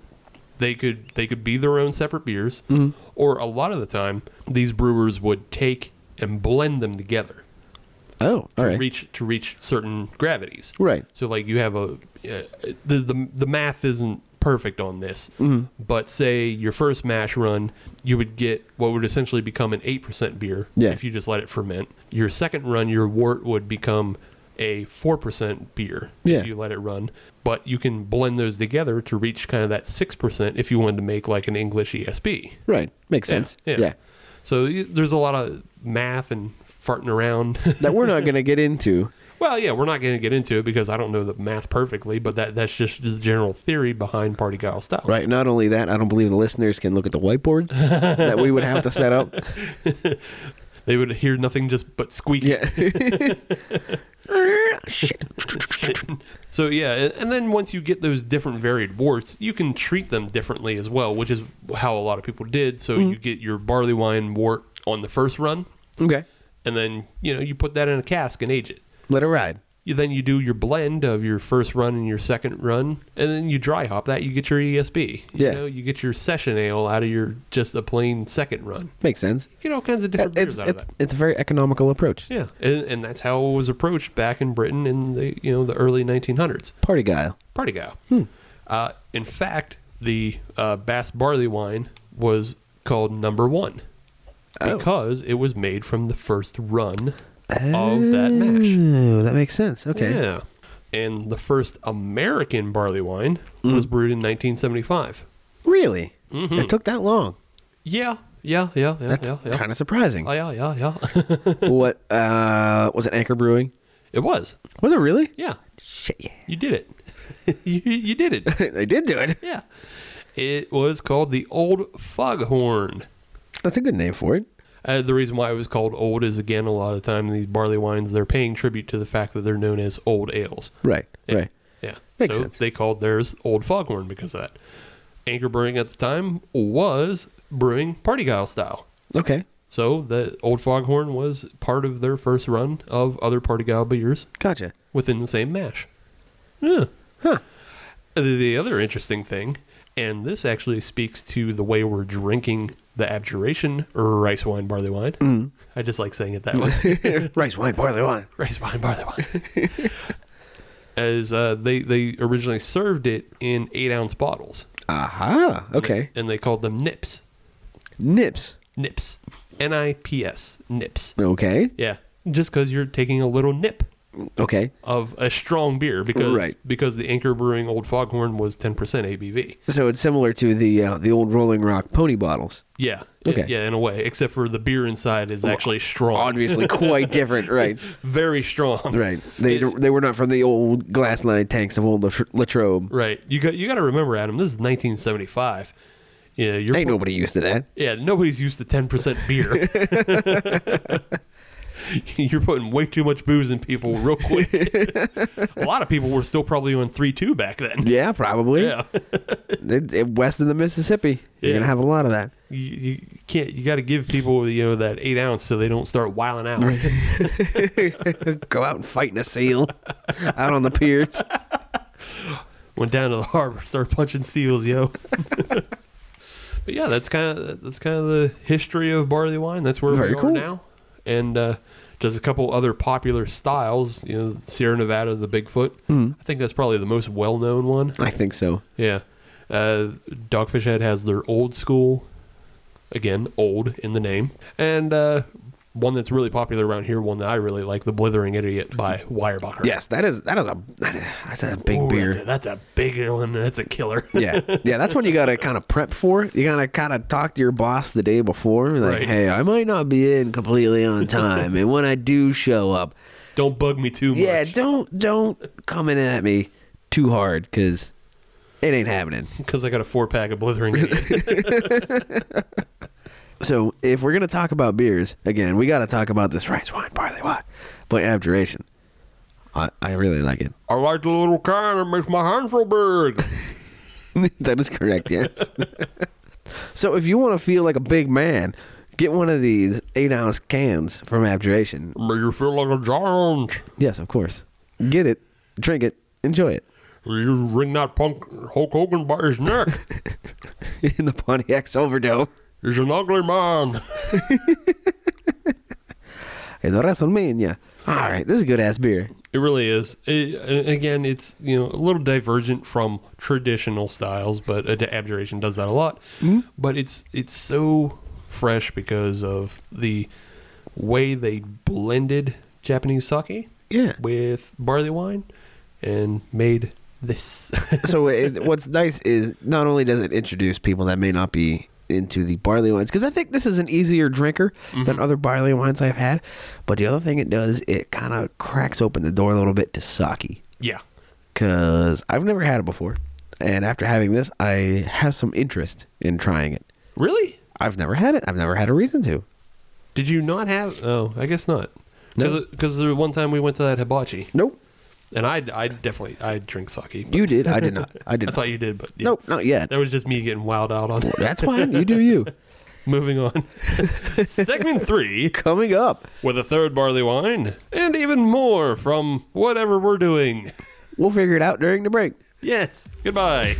they could they could be their own separate beers, Mm-hmm. or a lot of the time these brewers would take and blend them together Oh, all to right. reach to reach certain gravities. Right. So like you have a uh, the, the the math isn't perfect on this, Mm-hmm. but say your first mash run, you would get what would essentially become an eight percent beer Yeah. if you just let it ferment. Your second run, your wort would become a four percent beer Yeah. if you let it run. But you can blend those together to reach kind of that six percent if you wanted to make like an English E ESB. Right. Makes sense. Yeah. So y- there's a lot of math and farting around. That we're not going to get into. Well, yeah, we're not going to get into it because I don't know the math perfectly, but that that's just the general theory behind party guile style. Right. Not only that, I don't believe the listeners can look at the whiteboard that we would have to set up. They would hear nothing just but squeaking. Yeah. So yeah, a- and then once you get those different varied warts, you can treat them differently as well, which is how a lot of people did. So Mm-hmm. you get your barley wine wort on the first run, okay. and then you know you put that in a cask and age it. Let it ride. You, then you do your blend of your first run and your second run, and then you dry hop that. You get your ESB. You Yeah. know, you get your session ale out of your just a plain second run. Makes sense. get all kinds of different It's beers out it's, of that. it's a very economical approach. Yeah, and, and that's how it was approached back in Britain in the you know the early 1900s. Party guile. Party guy. Hmm. Uh, in fact, the uh, Bass barley wine was called Number One Oh. because it was made from the first run of that mash. Oh, that makes sense. Okay. Yeah, and the first American barley wine Hmm. was brewed in 1975. Really? It took that long. Yeah, yeah, yeah, Mm-hmm. yeah, That's yeah, yeah. kind of surprising. oh yeah, yeah, yeah. what uh was it Anchor Brewing? it was. Was it really? Yeah, Shit, yeah. you did it. you, you did it. they did do it. Yeah. It was called the Old Foghorn. That's a good name for it. Uh, the reason why it was called old is again a lot of time these barley wines they're paying tribute to the fact that they're known as old ales. Right. Yeah. Right. Yeah. Makes so sense. they called theirs Old Foghorn because of that. Anchor Brewing at the time was brewing party guile style. Okay. So the Old Foghorn was part of their first run of other party guile beers Gotcha. within the same mash. Yeah. Huh. The the other interesting thing, and this actually speaks to the way we're drinking the abjuration or rice wine, barley wine. Mm. I just like saying it that way Rice wine, barley wine. rice wine, barley wine. As uh, they, they originally served it in eight ounce bottles, Aha. Okay. and they called them nips. Nips. Nips. N I P S. Nips. Okay. Yeah. Just because you're taking a little nip Okay. of a strong beer because Right. because the Anchor Brewing Old Foghorn was 10% ABV. So it's similar to the uh, the old Rolling Rock pony bottles. Yeah. Okay. Yeah, in a way, except for the beer inside is actually strong. Obviously, quite different. Right. Very strong. Right. They they were not from the old glass line tanks of old Lat- Latrobe. Right. You got you got to remember, Adam. This is 1975. Yeah, you're Ain't nobody used to that. Yeah, nobody's used to 10% beer. You're putting way too much booze in people real quick. a lot of people were still probably on 3 2 back then. Yeah, probably. Yeah. It- it- west of the Mississippi, you're Yeah. gonna have a lot of that. You, you can't, you got to give people, you know, that eight ounce so they don't start wiling out. Go out and fight in a seal out on the piers. Went down to the harbor, started punching seals, yo. but yeah, that's kind of that's kind of the history of barley wine. That's where Very we are cool. now, and uh, just a couple other popular styles. You know, Sierra Nevada, the Bigfoot. Hmm. I think that's probably the most well-known one. I think so. Yeah. Uh, Dogfish Head has their old school, again, old in the name. And uh, one that's really popular around here, one that I really like, The Blithering Idiot by Weyerbacher. Yes, that is that is a that is, that's a big Ooh, beer. That's a, that's a big one. That's a killer. yeah, yeah, that's when you gotta kind of prep for. it. You gotta kind of talk to your boss the day before, like, Right. "Hey, I might not be in completely on time, and when I do show up, Don't bug me too much. yeah, don't don't come in at me too hard because it ain't happening." Because I got a four pack of Blithering Idiot. So if we're gonna talk about beers again, we gotta talk about this rice wine barley wine by Abjuration. I I really like it. I like the little can that makes my hand feel big. that is correct, yes. so if you want to feel like a big man, get one of these eight ounce cans from Abjuration. Make you feel like a giant. Yes, of course. Get it, drink it, enjoy it. You ring that punk Hulk Hogan by his neck. In the Pontiac Silverdome. He's an ugly man. In the WrestleMania. All right, this is a good ass beer. It really is. It, and again, it's you know a little divergent from traditional styles, but Ad- Abjuration does that a lot. Mm-hmm. But it's it's so fresh because of the way they blended Japanese sake Yeah. with barley wine and made this. so it, what's nice is not only does it introduce people that may not be into the barley wines because I think this is an easier drinker than other barley wines I've had, but the other thing it does it kind of cracks open the door a little bit to sake yeah, because I've never had it before, and after having this, I have some interest in trying it. really? I've never had it. I've never had a reason to. Did you not have? Oh, I guess not. No. Because the one time we went to that hibachi, Nope, and I, I definitely I drink sake. but you did. I did not. I did. I not. thought you did, but yeah. Nope, not yet. That was just me getting wild out on. That's fine. You do you. Moving on. Segment three Coming up. with a third barley wine and even more from whatever we're doing. We'll figure it out during the break. Yes. Goodbye.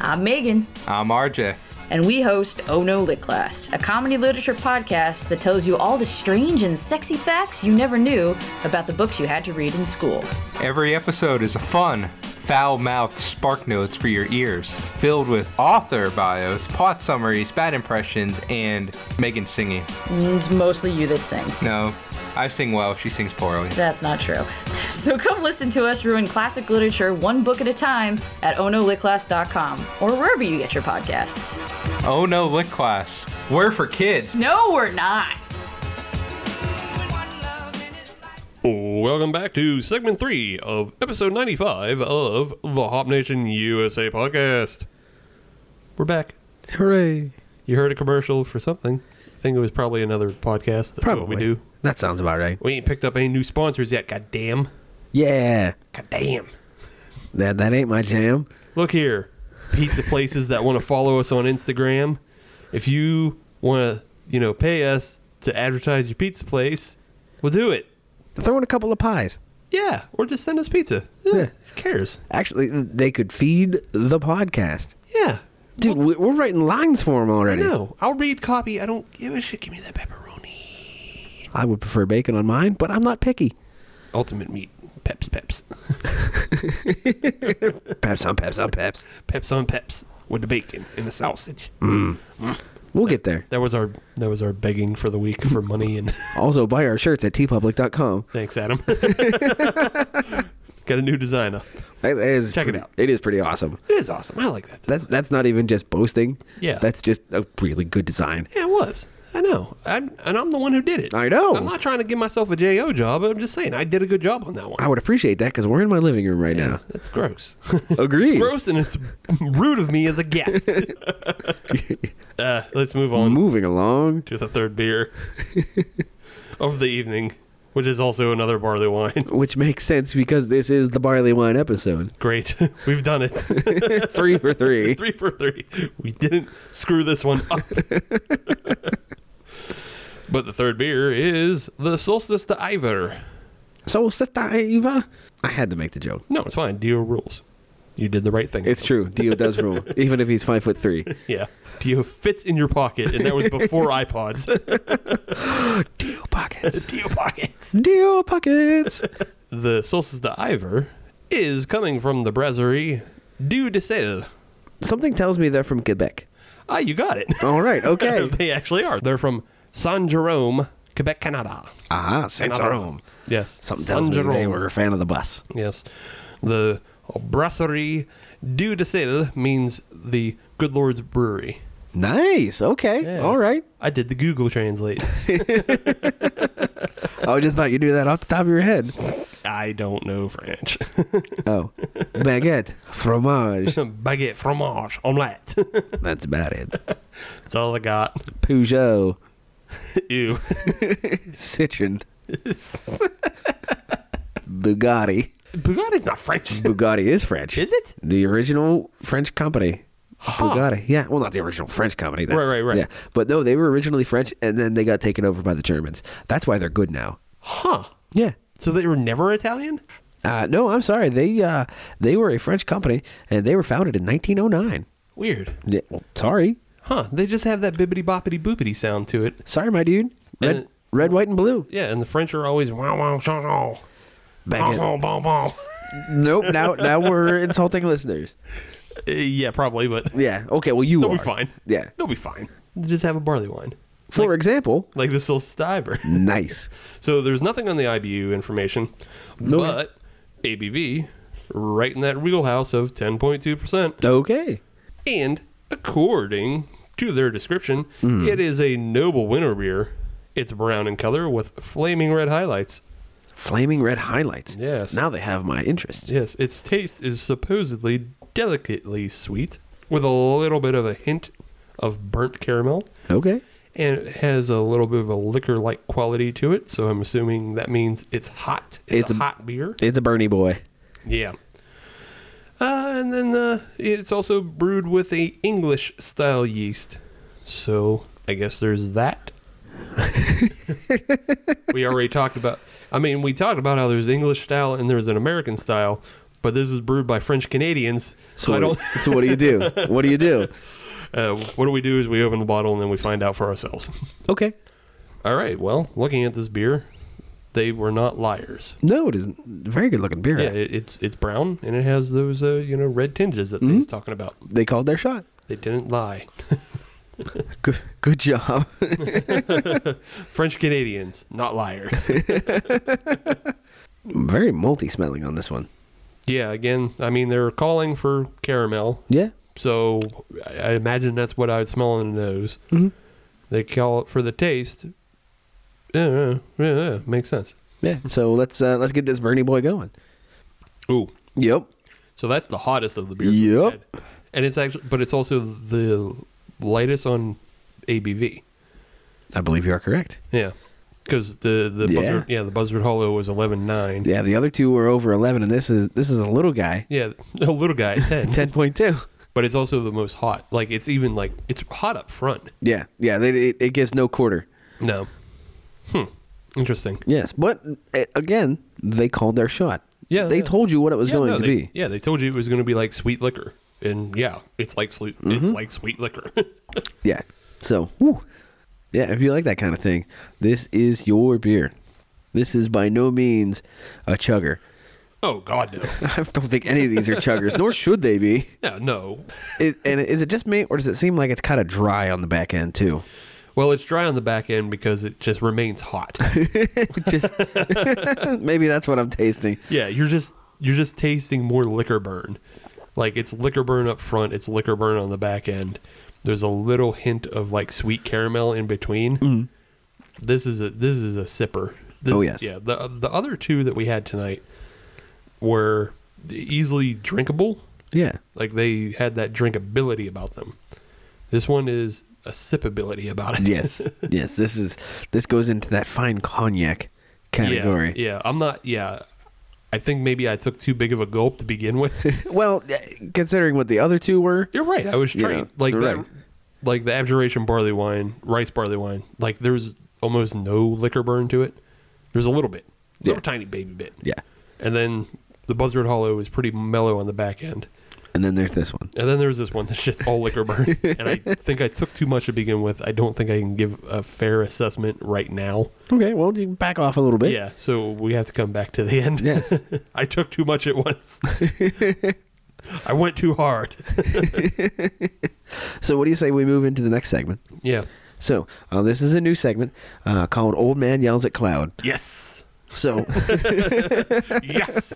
I'm Megan, I'm RJ. and we host Oh No Lit Class, a comedy literature podcast that tells you all the strange and sexy facts you never knew about the books you had to read in school. Every episode is a fun, foul mouthed spark notes for your ears, filled with author bios, plot summaries, bad impressions, and Megan singing. And It's mostly you that sings. No, I sing well, she sings poorly. That's not true. So come listen to us ruin classic literature one book at a time at oh onolitclass.com or wherever you get your podcasts. Oh no, lit class. We're for kids. No, we're not. Welcome back to segment three of episode 95 of the Hop Nation USA podcast. We're back. Hooray! You heard a commercial for something. I think it was probably another podcast. That's what we do. That sounds about right. We ain't picked up any new sponsors yet. God damn. Yeah. God damn. That that ain't my jam. look here, pizza places that want to follow us on Instagram. If you want to, you know, pay us to advertise your pizza place, we'll do it. Throw in a couple of pies. Yeah, or just send us pizza. Yeah, Yeah. Who cares? Actually, they could feed the podcast. Yeah. Dude, we- we're writing lines for them already. No, I'll read copy. I don't give a shit. Give me that pepperoni. I would prefer bacon on mine, but I'm not picky. Ultimate meat. Peps, peps. Peps on peps on peps. Peps on peps with the bacon and the sausage. We'll get there. That was our that was our begging for the week for money and Also, buy our shirts at tpublic.com. thanks Adam. Got a new design up. It is Check it pretty- out. It is pretty awesome. It is awesome. I like that. That's that's not even just boasting. Yeah. That's just a really good design. Yeah, it was. I know. I'm, and I'm the one who did it. I know. I'm not trying to give myself a JO job. I'm just saying I did a good job on that one. I would appreciate that because we're in my living room right now. That's gross. Agreed. gross, and it's rude of me as a guest. uh, let's move on Moving along. to the third beer of the evening, which is also another barley wine. Which makes sense because this is the barley wine episode. Great. We've done it. Three for three. three for three. We didn't screw this one up. but the third beer is the Solstice to Ivor. So sister Eva. I had to make the joke. No, it's fine. Dio rules. You did the right thing. It's true. Dio does rule, even if he's five foot three. yeah. Dio fits in your pocket, and that was before iPods. Dio pockets. Dio pockets. Dio pockets. The Solstice de Ivor is coming from the brasserie Du Dessel. Something tells me they're from Quebec. Ah, you got it. All right. Okay. they actually are. They're from Saint Jerome, Quebec, Canada. Aha. Uh-huh, Saint Canada. Jerome. Yes. Something Saint tells me Jerome. they were a fan of the bus. Yes. The Brasserie du Dessel means the Good Lord's Brewery. Nice. Okay. Yeah. All right. I did the Google Translate. I just thought you knew that off the top of your head. I don't know French. Oh, baguette, fromage. Baguette, fromage, omelette. That's about it. That's all I got. Peugeot, Ew. Citroen, Bugatti. Bugatti's not French. Bugatti is French. Is it? The original French company. Bugatti. Yeah. Well, not the original French company. That's, Right, right, right. Yeah. But no, they were originally French and then they got taken over by the Germans. That's why they're good now. Huh. Yeah. So they were never Italian? Uh, no, I'm sorry. They uh, they were a French company and they were founded in 1909. Weird. Yeah, well, sorry. Huh. They just have that bibbity boppity boopity sound to it. Sorry, my dude. Red, And- red, white, and blue. Yeah, and the French are always wow wow shaw shaw. Baguette. Bow, bow, bow, bow. Nope. Now, now we're insulting listeners. Uh, yeah, probably, but Yeah. Okay. Well, you they'll are. be fine. Yeah. They'll be fine. Just have a barley wine. For example, Like the Solstice Diver. nice. So there's nothing on the IBU information, but ABV, right in that wheelhouse of 10.2%. Okay. And according to their description, it is a noble winter beer. It's brown in color with flaming red highlights. Flaming red highlights. Yes. Now they have my interest. Yes, its taste is supposedly delicately sweet with a little bit of a hint of burnt caramel. Okay. And it has a little bit of a liquor like quality to it. So I'm assuming that means it's hot. It's, It's a, a- hot beer. It's a Bernie boy. Yeah. Uh, and then uh, it's also brewed with a English style yeast. So I guess there's that. we already talked about. I mean, we talked about how there's English style and there's an American style, but this is brewed by French Canadians. So I what, don't. so what do you do? What do you do? Uh, what do we do is we open the bottle and then we find out for ourselves. Okay. All right. Well, looking at this beer, they were not liars. No, it isn't. Very good looking beer. Yeah, it, it's it's brown and it has those uh, you know red tinges that they was talking about. They called their shot. They didn't lie. Good, good job. French Canadians, not liars. Very multi smelling on this one. yeah, again, I mean they're calling for caramel, Yeah. so I I imagine that's what I would smell in the nose. They call it for the taste. Yeah, yeah, yeah, makes sense. Yeah. So let's uh, let's get this Bernie boy going. Ooh, Yep. so that's the hottest of the beers. we've Yep. had. and it's actually, but it's also the lightest on ABV. I believe you are correct. Yeah, because the the Yeah. buzzard, yeah the buzzard hollow was eleven nine. Yeah, the other two were over eleven, and this is this is a little guy. yeah, the little guy at ten. Ten point two. but it's also the most hot. Like it's even like it's hot up front. Yeah, yeah. They, it, it gives no quarter. No. Hmm. Interesting. Yes, but uh, again, they called their shot. Yeah, they yeah. told you what it was Yeah, going no, to they- be. Yeah, they told you it was going to be like sweet liquor, and yeah, it's like sweet. Mm-hmm. It's like sweet liquor. Yeah. So, whew. yeah, if you like that kind of thing, this is your beer. This is by no means a chugger. oh God, no. I don't think any of these are chuggers, nor should they be. Yeah, no. It, and is it just me, or does it seem like it's kind of dry on the back end too? Well, it's dry on the back end because it just remains hot. just maybe that's what I'm tasting. yeah, you're just you're just tasting more liquor burn. Like it's liquor burn up front. It's liquor burn on the back end. There's a little hint of like sweet caramel in between. This is a this is a sipper. This- Mm-hmm. Oh, yes. Yeah. The the other two that we had tonight were easily drinkable. Yeah. Like they had that drinkability about them. This one is a sipability about it. Yes. yes. This is this goes into that fine cognac category. Yeah, yeah. I'm not. Yeah. I think maybe I took too big of a gulp to begin with. Well, uh, considering what the other two were, You're right. I was You know, trained like you're that, right. like the abjuration barley wine, rice barley wine. Like there's almost no liquor burn to it. There's a little bit, Little Yeah. tiny baby bit. Yeah. And then the Buzzard Hollow is pretty mellow on the back end. And then there's this one. And then there's this one that's just all liquor burn. and I think I took too much to begin with. I don't think I can give a fair assessment right now. Okay, well, you back off a little bit. Yeah, so we have to come back to the end. Yes. I took too much at once. I went too hard. So, what do you say we move into the next segment? Yeah. So, uh, this is a new segment uh, called Old Man Yells at Cloud. Yes. So, Yes.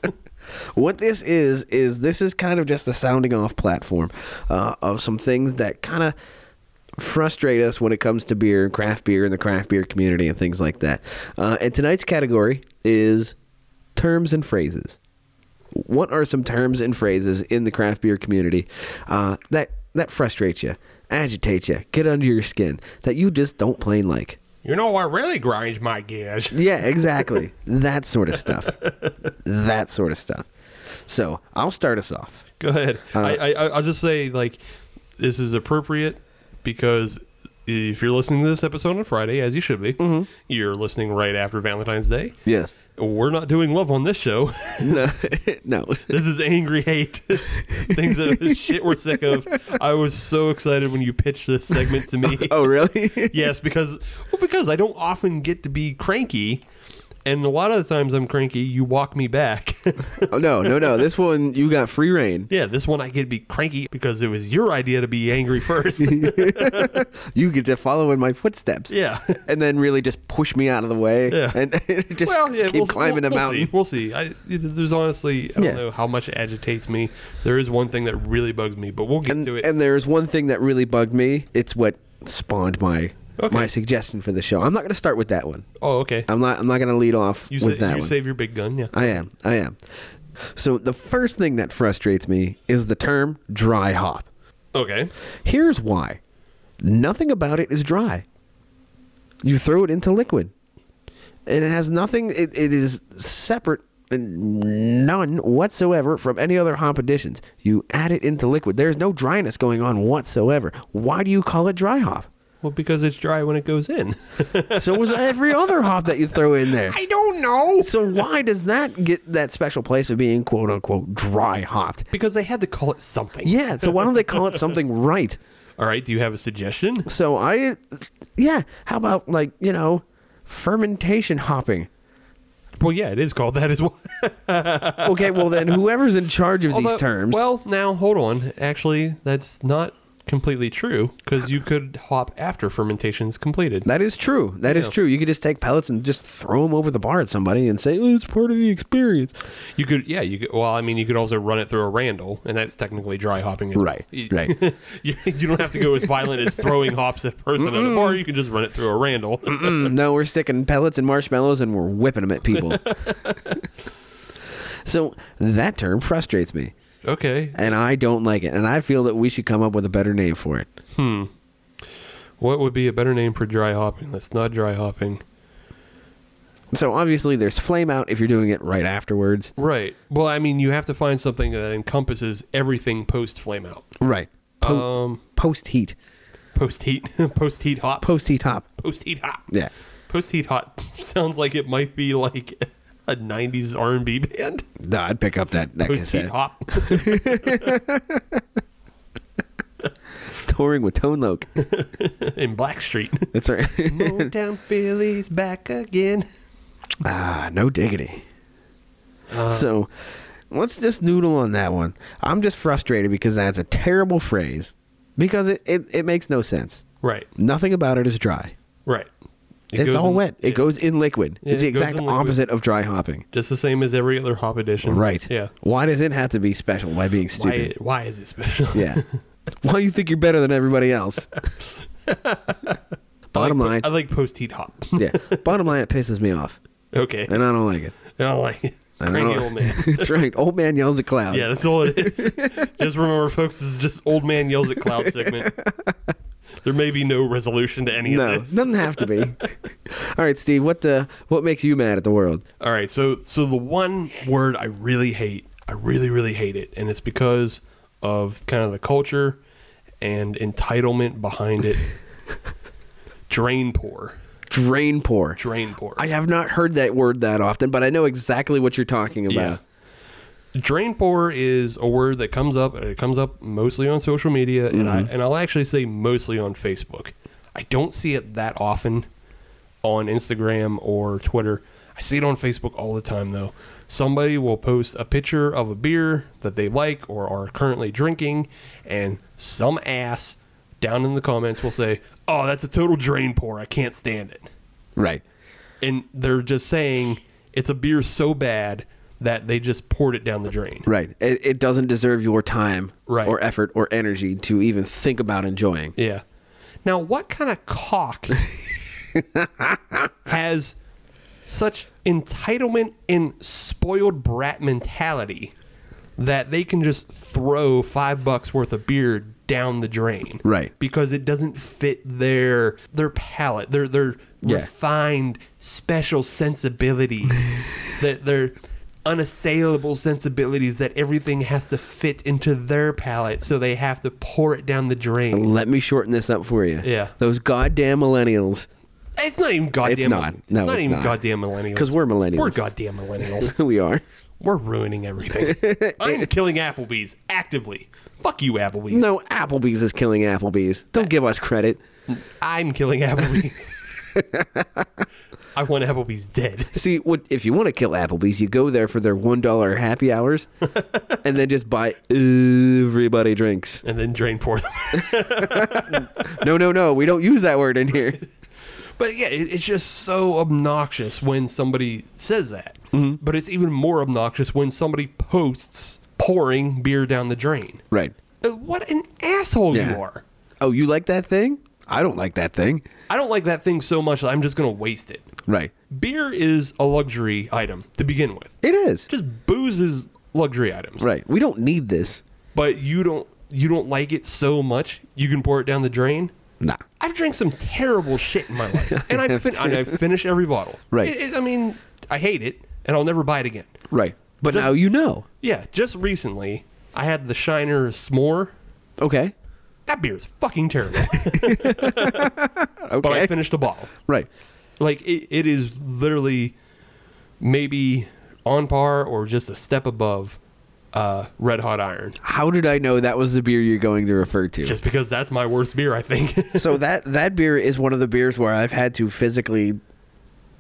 what this is, is this is kind of just a sounding off platform uh, of some things that kind of frustrate us when it comes to beer and craft beer and the craft beer community and things like that. Uh, and tonight's category is terms and phrases. What are some terms and phrases in the craft beer community uh, that that frustrate you, agitate you, get under your skin that you just don't plain like? you know, I really grind my gears. Yeah, exactly. that sort of stuff. That sort of stuff. So I'll start us off. Go ahead. I, I, I- I'll just say, like, this is appropriate because if you're listening to this episode on Friday, as you should be, you're listening right after Valentine's Day. Yes. We're not doing love on this show. No. no. This is angry hate. Things that shit we're sick of. I was so excited when you pitched this segment to me. Oh, really? yes, because well, because I don't often get to be cranky, and a lot of the times I'm cranky. You walk me back. oh, no, no, no. This one, you got free reign. yeah, this one I get to be cranky because it was your idea to be angry first. You get to follow in my footsteps. yeah. And then really just push me out of the way. Yeah. And just keep climbing we a mountain. We'll see. I, there's honestly, I don't Yeah. know how much it agitates me. There is one thing that really bugs me, but we'll get And, to it. and there's one thing that really bugged me. It's what spawned my Okay. my suggestion for the show. I'm not going to start with that one. oh, okay. I'm not I'm not going to lead off You, with sa- that you one. save your big gun, yeah. I am. I am. So the first thing that frustrates me is the term dry hop. Okay. Here's why. Nothing about it is dry. You throw it into liquid. And it has nothing it, it is separate and none whatsoever from any other hop additions. You add it into liquid. There's no dryness going on whatsoever. Why do you call it dry hop? Well, because it's dry when it goes in. So was every other hop that you throw in there. I don't know. So why does that get that special place of being quote unquote dry hopped? Because they had to call it something. Yeah, so why don't they call it something right? All right. Do you have a suggestion? So I, yeah, how about like, you know, fermentation hopping? Well, yeah, it is called that as well. Okay, well then whoever's in charge of Although- these terms. Well, now hold on. Actually, that's not completely true because you could hop after fermentation's completed. that is true. That is Yeah. true. You could just take pellets and just throw them over the bar at somebody and say, oh, it's part of the experience. You could, yeah, you could. Well, I mean, you could also run it through a Randall, and that's technically dry hopping. as well. Right, You- right. you, you don't have to go as violent as throwing hops at a person on the bar. You can just run it through a Randall. Hmm. Mm, no, we're sticking pellets and marshmallows and we're whipping them at people. so that term frustrates me. okay. and I don't like it. And I feel that we should come up with a better name for it. What would be a better name for dry hopping? That's not dry hopping. So obviously, there's flame out if you're doing it right afterwards. Right. Well, I mean, you have to find something that encompasses everything post flame out. Right. Po- Um, post heat. post heat, post heat hop, Post heat hop. post heat hop. Yeah. Post heat hop sounds like it might be like a '90s R&B band. No, I'd pick up that that Post heat cassette. hop. Touring with Tone Loc. in Blackstreet. That's right. Motown Phillies back again. ah, no diggity. Uh, so, let's just noodle on that one. I'm just frustrated because that's a terrible phrase because it it, it makes no sense. Right, Nothing about it is dry. right. It it's goes all in- wet. It goes in liquid. Yeah, it's the it goes exact in liquid. opposite of dry hopping. just the same as every other hop edition. Right. Yeah. Why does it have to be special by being Why? stupid? Why is it special? Yeah. Why you think you're better than everybody else? Bottom I like, line, I like post heat hop. yeah. Bottom line, it pisses me off, okay. and I don't like it. I don't like it. I don't Cranky know. old man. That's right. Old man yells at cloud. Yeah, that's all it is. just remember, folks, this is just old man yells at cloud segment. There may be no resolution to any No, of this. doesn't have to be. All right, Steve. What uh, what makes you mad at the world? All right, so so the one word I really hate, I really really hate it, and it's because of kind of the culture and entitlement behind it. Drain pour. Drain pour. Drain pour. I have not heard that word that often, but I know exactly what you're talking about. Yeah. Drain pour is a word that comes up. and It comes up mostly on social media, and I and I'll actually say mostly on Facebook. I don't see it that often on Instagram or Twitter. I see it on Facebook all the time though. Somebody will post a picture of a beer that they like or are currently drinking, and some ass down in the comments will say, "Oh, that's a total drain pour. I can't stand it." Right. and they're just saying it's a beer so bad that they just poured it down the drain. Right. It, it doesn't deserve your time Right. or effort or energy to even think about enjoying. Yeah. Now, what kind of cock has such entitlement and spoiled brat mentality that they can just throw five bucks worth of beer down the drain? Right. Because it doesn't fit their their palate, their their Yeah. refined special sensibilities, that their unassailable sensibilities that everything has to fit into their palate, so they have to pour it down the drain. Let me shorten this up for you. Yeah. Those goddamn millennials. It's not even goddamn. It's not. No, it's even not. goddamn millennials. 'Cause we're millennials. We're goddamn millennials. we are. we're ruining everything. I'm killing Applebee's actively. Fuck you, Applebee's. No, Applebee's is killing Applebee's. Don't give us credit. I'm killing Applebee's. I want Applebee's dead. See, what if you want to kill Applebee's, you go there for their one dollar happy hours, and then just buy everybody drinks. And then drain pour them. No, no, no, we don't use that word in here. But yeah, it, it's just so obnoxious when somebody says that. Mm-hmm. But it's even more obnoxious when somebody posts pouring beer down the drain. Right. Uh, What an asshole Yeah. you are. Oh, you like that thing? I don't like that thing. I don't like that thing so much that I'm just going to waste it. Right. beer is a luxury item to begin with. It is. Just booze is luxury items. Right. We don't need this. But you don't you don't like it so much you can pour it down the drain. Nah. I've drank some terrible shit in my life, and I, fin- and I finish every bottle. Right. It- it- I mean, I hate it, and I'll never buy it again. Right. But Just- now you know. Yeah. Just recently, I had the Shiner S'more. Okay. That beer is fucking terrible, Okay. but I finished a bottle. right. Like it, it is literally maybe on par or just a step above uh, Red Hot Iron. How did I know that was the beer you're going to refer to? Just because that's my worst beer, I think. so that that beer is one of the beers where I've had to physically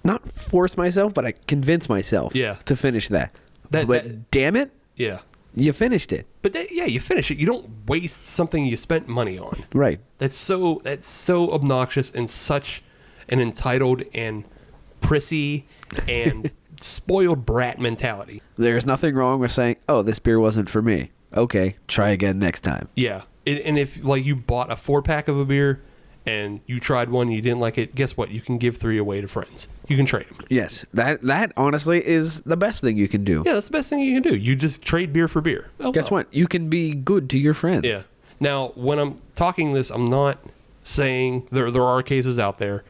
not force myself, but I convince myself Yeah. to finish that. That- but that- damn it, yeah, you finished it. but that, yeah, you finish it. You don't waste something you spent money on. Right. That's so that's so obnoxious and such an entitled and prissy and spoiled brat mentality. There's nothing wrong with saying, "Oh, this beer wasn't for me." Okay, try again next time. Yeah, and, and if like you bought a four pack of a beer and you tried one and you didn't like it, guess what? You can give three away to friends. You can trade them. Yes, that that honestly is the best thing you can do. Yeah, that's the best thing you can do. You just trade beer for beer. Oh, Guess well. what? You can be good to your friends. Yeah. Now, when I'm talking this, I'm not saying there there are cases out there,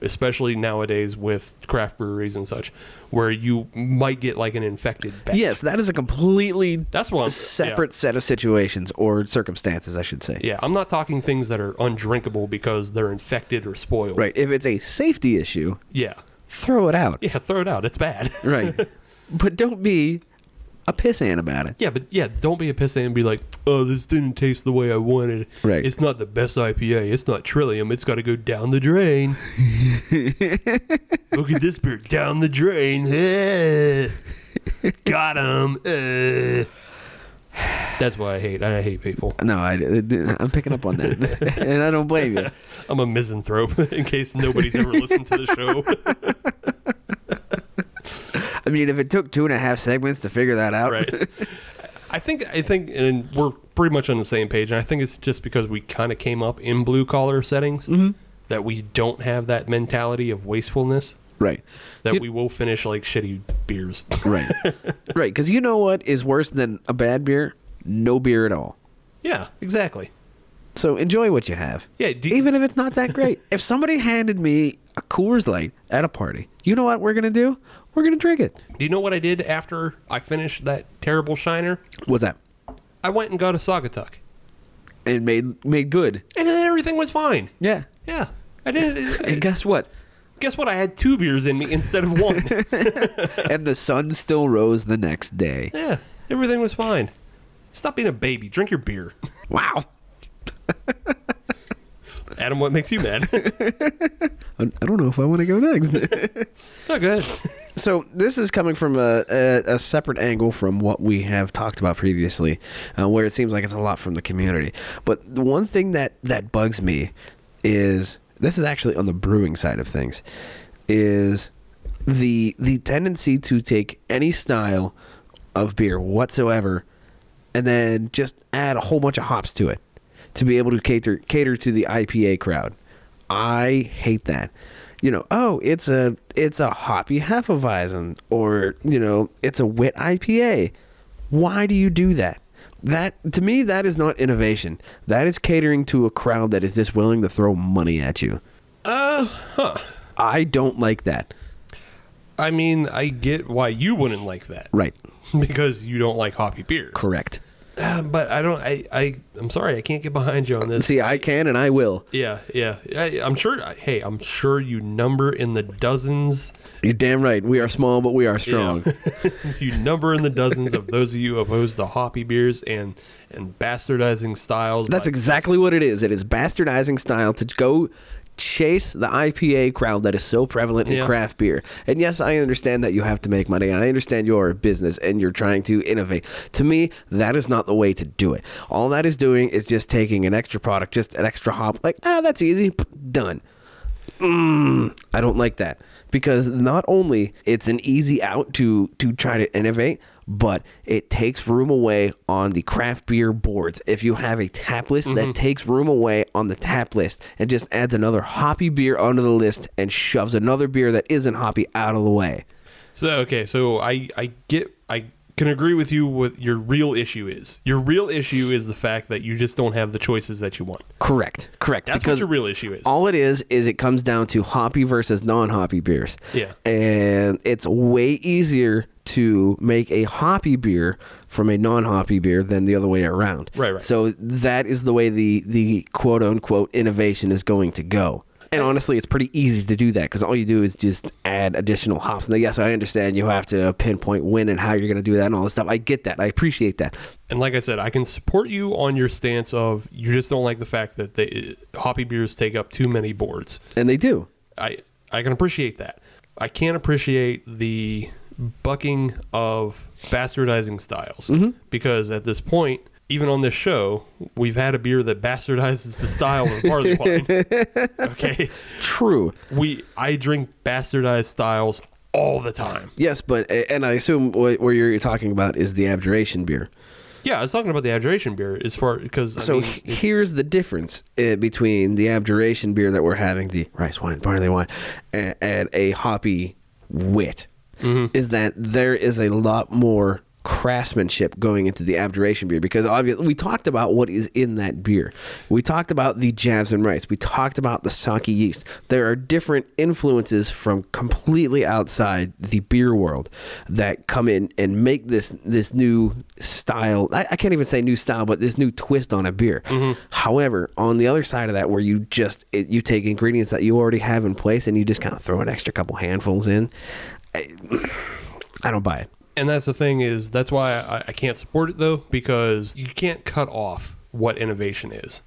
especially nowadays with craft breweries and such, where you might get like an infected batch. Yes, that is a completely That's what I'm- separate set of situations or circumstances, I should say. Yeah, I'm not talking things that are undrinkable because they're infected or spoiled. Right. If it's a safety issue, Yeah. throw it out. Yeah, throw it out. It's bad. Right. but don't be a pissant about it. Yeah, but yeah, don't be a pissant and be like, "Oh, this didn't taste the way I wanted." Right. It's not the best IPA. It's not Trillium. It's got to go down the drain. Look at this beer down the drain. Eh. got him. That's why I hate. I hate people. No, I, am picking up on that. and I don't blame you. I'm a misanthrope. In case nobody's ever listened to the show, I mean, if it took two and a half segments to figure that out. right? I think. I think, and we're pretty much on the same page. And I think it's just because we kind of came up in blue collar settings. That we don't have that mentality of wastefulness. Right. that we will finish like shitty beers. Right. right. Because you know what is worse than a bad beer? No beer at all. yeah, exactly. So enjoy what you have. Yeah, do you- Even if it's not that great. if somebody handed me a Coors Light at a party, you know what we're going to do? We're going to drink it. Do you know what I did after I finished that terrible shiner? What's that? I went and got a Sagatuck, And made made good. and then everything was fine. Yeah. Yeah, I didn't. And guess what? Guess what? I had two beers in me instead of one. and the sun still rose the next day. yeah, everything was fine. Stop being a baby. Drink your beer. Wow. Adam, what makes you mad? I I don't know if I want to go next. no, go ahead. So this is coming from a, a, a separate angle from what we have talked about previously, uh, where it seems like it's a lot from the community. But the one thing that that bugs me is this is actually on the brewing side of things, is the the tendency to take any style of beer whatsoever, and then just add a whole bunch of hops to it to be able to cater cater to the IPA crowd. I hate that. You know, oh, it's a it's a hoppy Hefeweizen or, you know, it's a wit IPA. Why do you do that? That to me that is not innovation. That is catering to a crowd that is just willing to throw money at you. Uh, huh. I don't like that. I mean, I get why you wouldn't like that. Right. Because you don't like hoppy beers. Correct. Uh, but I don't. I, I. I'm sorry. I can't get behind you on this. See, I can and I will. Yeah, yeah. I, I'm sure. Hey, I'm sure you number in the dozens. You're damn right. We are small, but we are strong. you number in the dozens of those of you opposed to hoppy beers and and bastardizing styles. That's by- exactly what it is. It is bastardizing style to go chase the IPA crowd that is so prevalent in Yeah. craft beer. And yes, I understand that you have to make money. I understand you are a business and you're trying to innovate. To me, that is not the way to do it. All that is doing is just taking an extra product, just an extra hop, like, ah, that's easy, done. Mm, I don't like that because not only it's an easy out to to try to innovate, but it takes room away on the craft beer boards. If you have a tap list Mm-hmm. that takes room away on the tap list and just adds another hoppy beer onto the list and shoves another beer that isn't hoppy out of the way. So okay, so I I get I can agree with you. What your real issue is? Your real issue is the fact that you just don't have the choices that you want. Correct. Correct. That's what because your real issue is. all it is is it comes down to hoppy versus non-hoppy beers. Yeah. And it's way easier to make a hoppy beer from a non-hoppy beer than the other way around. Right, right. So that is the way the the quote unquote innovation is going to go. And honestly, it's pretty easy to do that because all you do is just add additional hops. Now, yes, I understand you have to pinpoint when and how you're going to do that and all this stuff. I get that. I appreciate that. and like I said, I can support you on your stance of you just don't like the fact that they, hoppy beers take up too many boards. And they do. I I can appreciate that. I can't appreciate the bucking of bastardizing styles because at this point, even on this show, we've had a beer that bastardizes the style of barley wine. Okay, True. we I drink bastardized styles all the time. Yes, but and I assume what where you're talking about is the abjuration beer. Yeah, I was talking about the abjuration beer as far because So I mean, he- here's the difference uh, between the abjuration beer that we're having, the rice wine, barley wine, and, and a hoppy wit, Mm-hmm. is that there is a lot more craftsmanship going into the abjuration beer because obviously we talked about what is in that beer. We talked about the jabs and rice. We talked about the sake yeast. There are different influences from completely outside the beer world that come in and make this this new style. I, I can't even say new style, but this new twist on a beer. However, on the other side of that, where you just it, you take ingredients that you already have in place and you just kind of throw an extra couple handfuls in, I, I don't buy it. and that's the thing is that's why I, I can't support it though because you can't cut off what innovation is.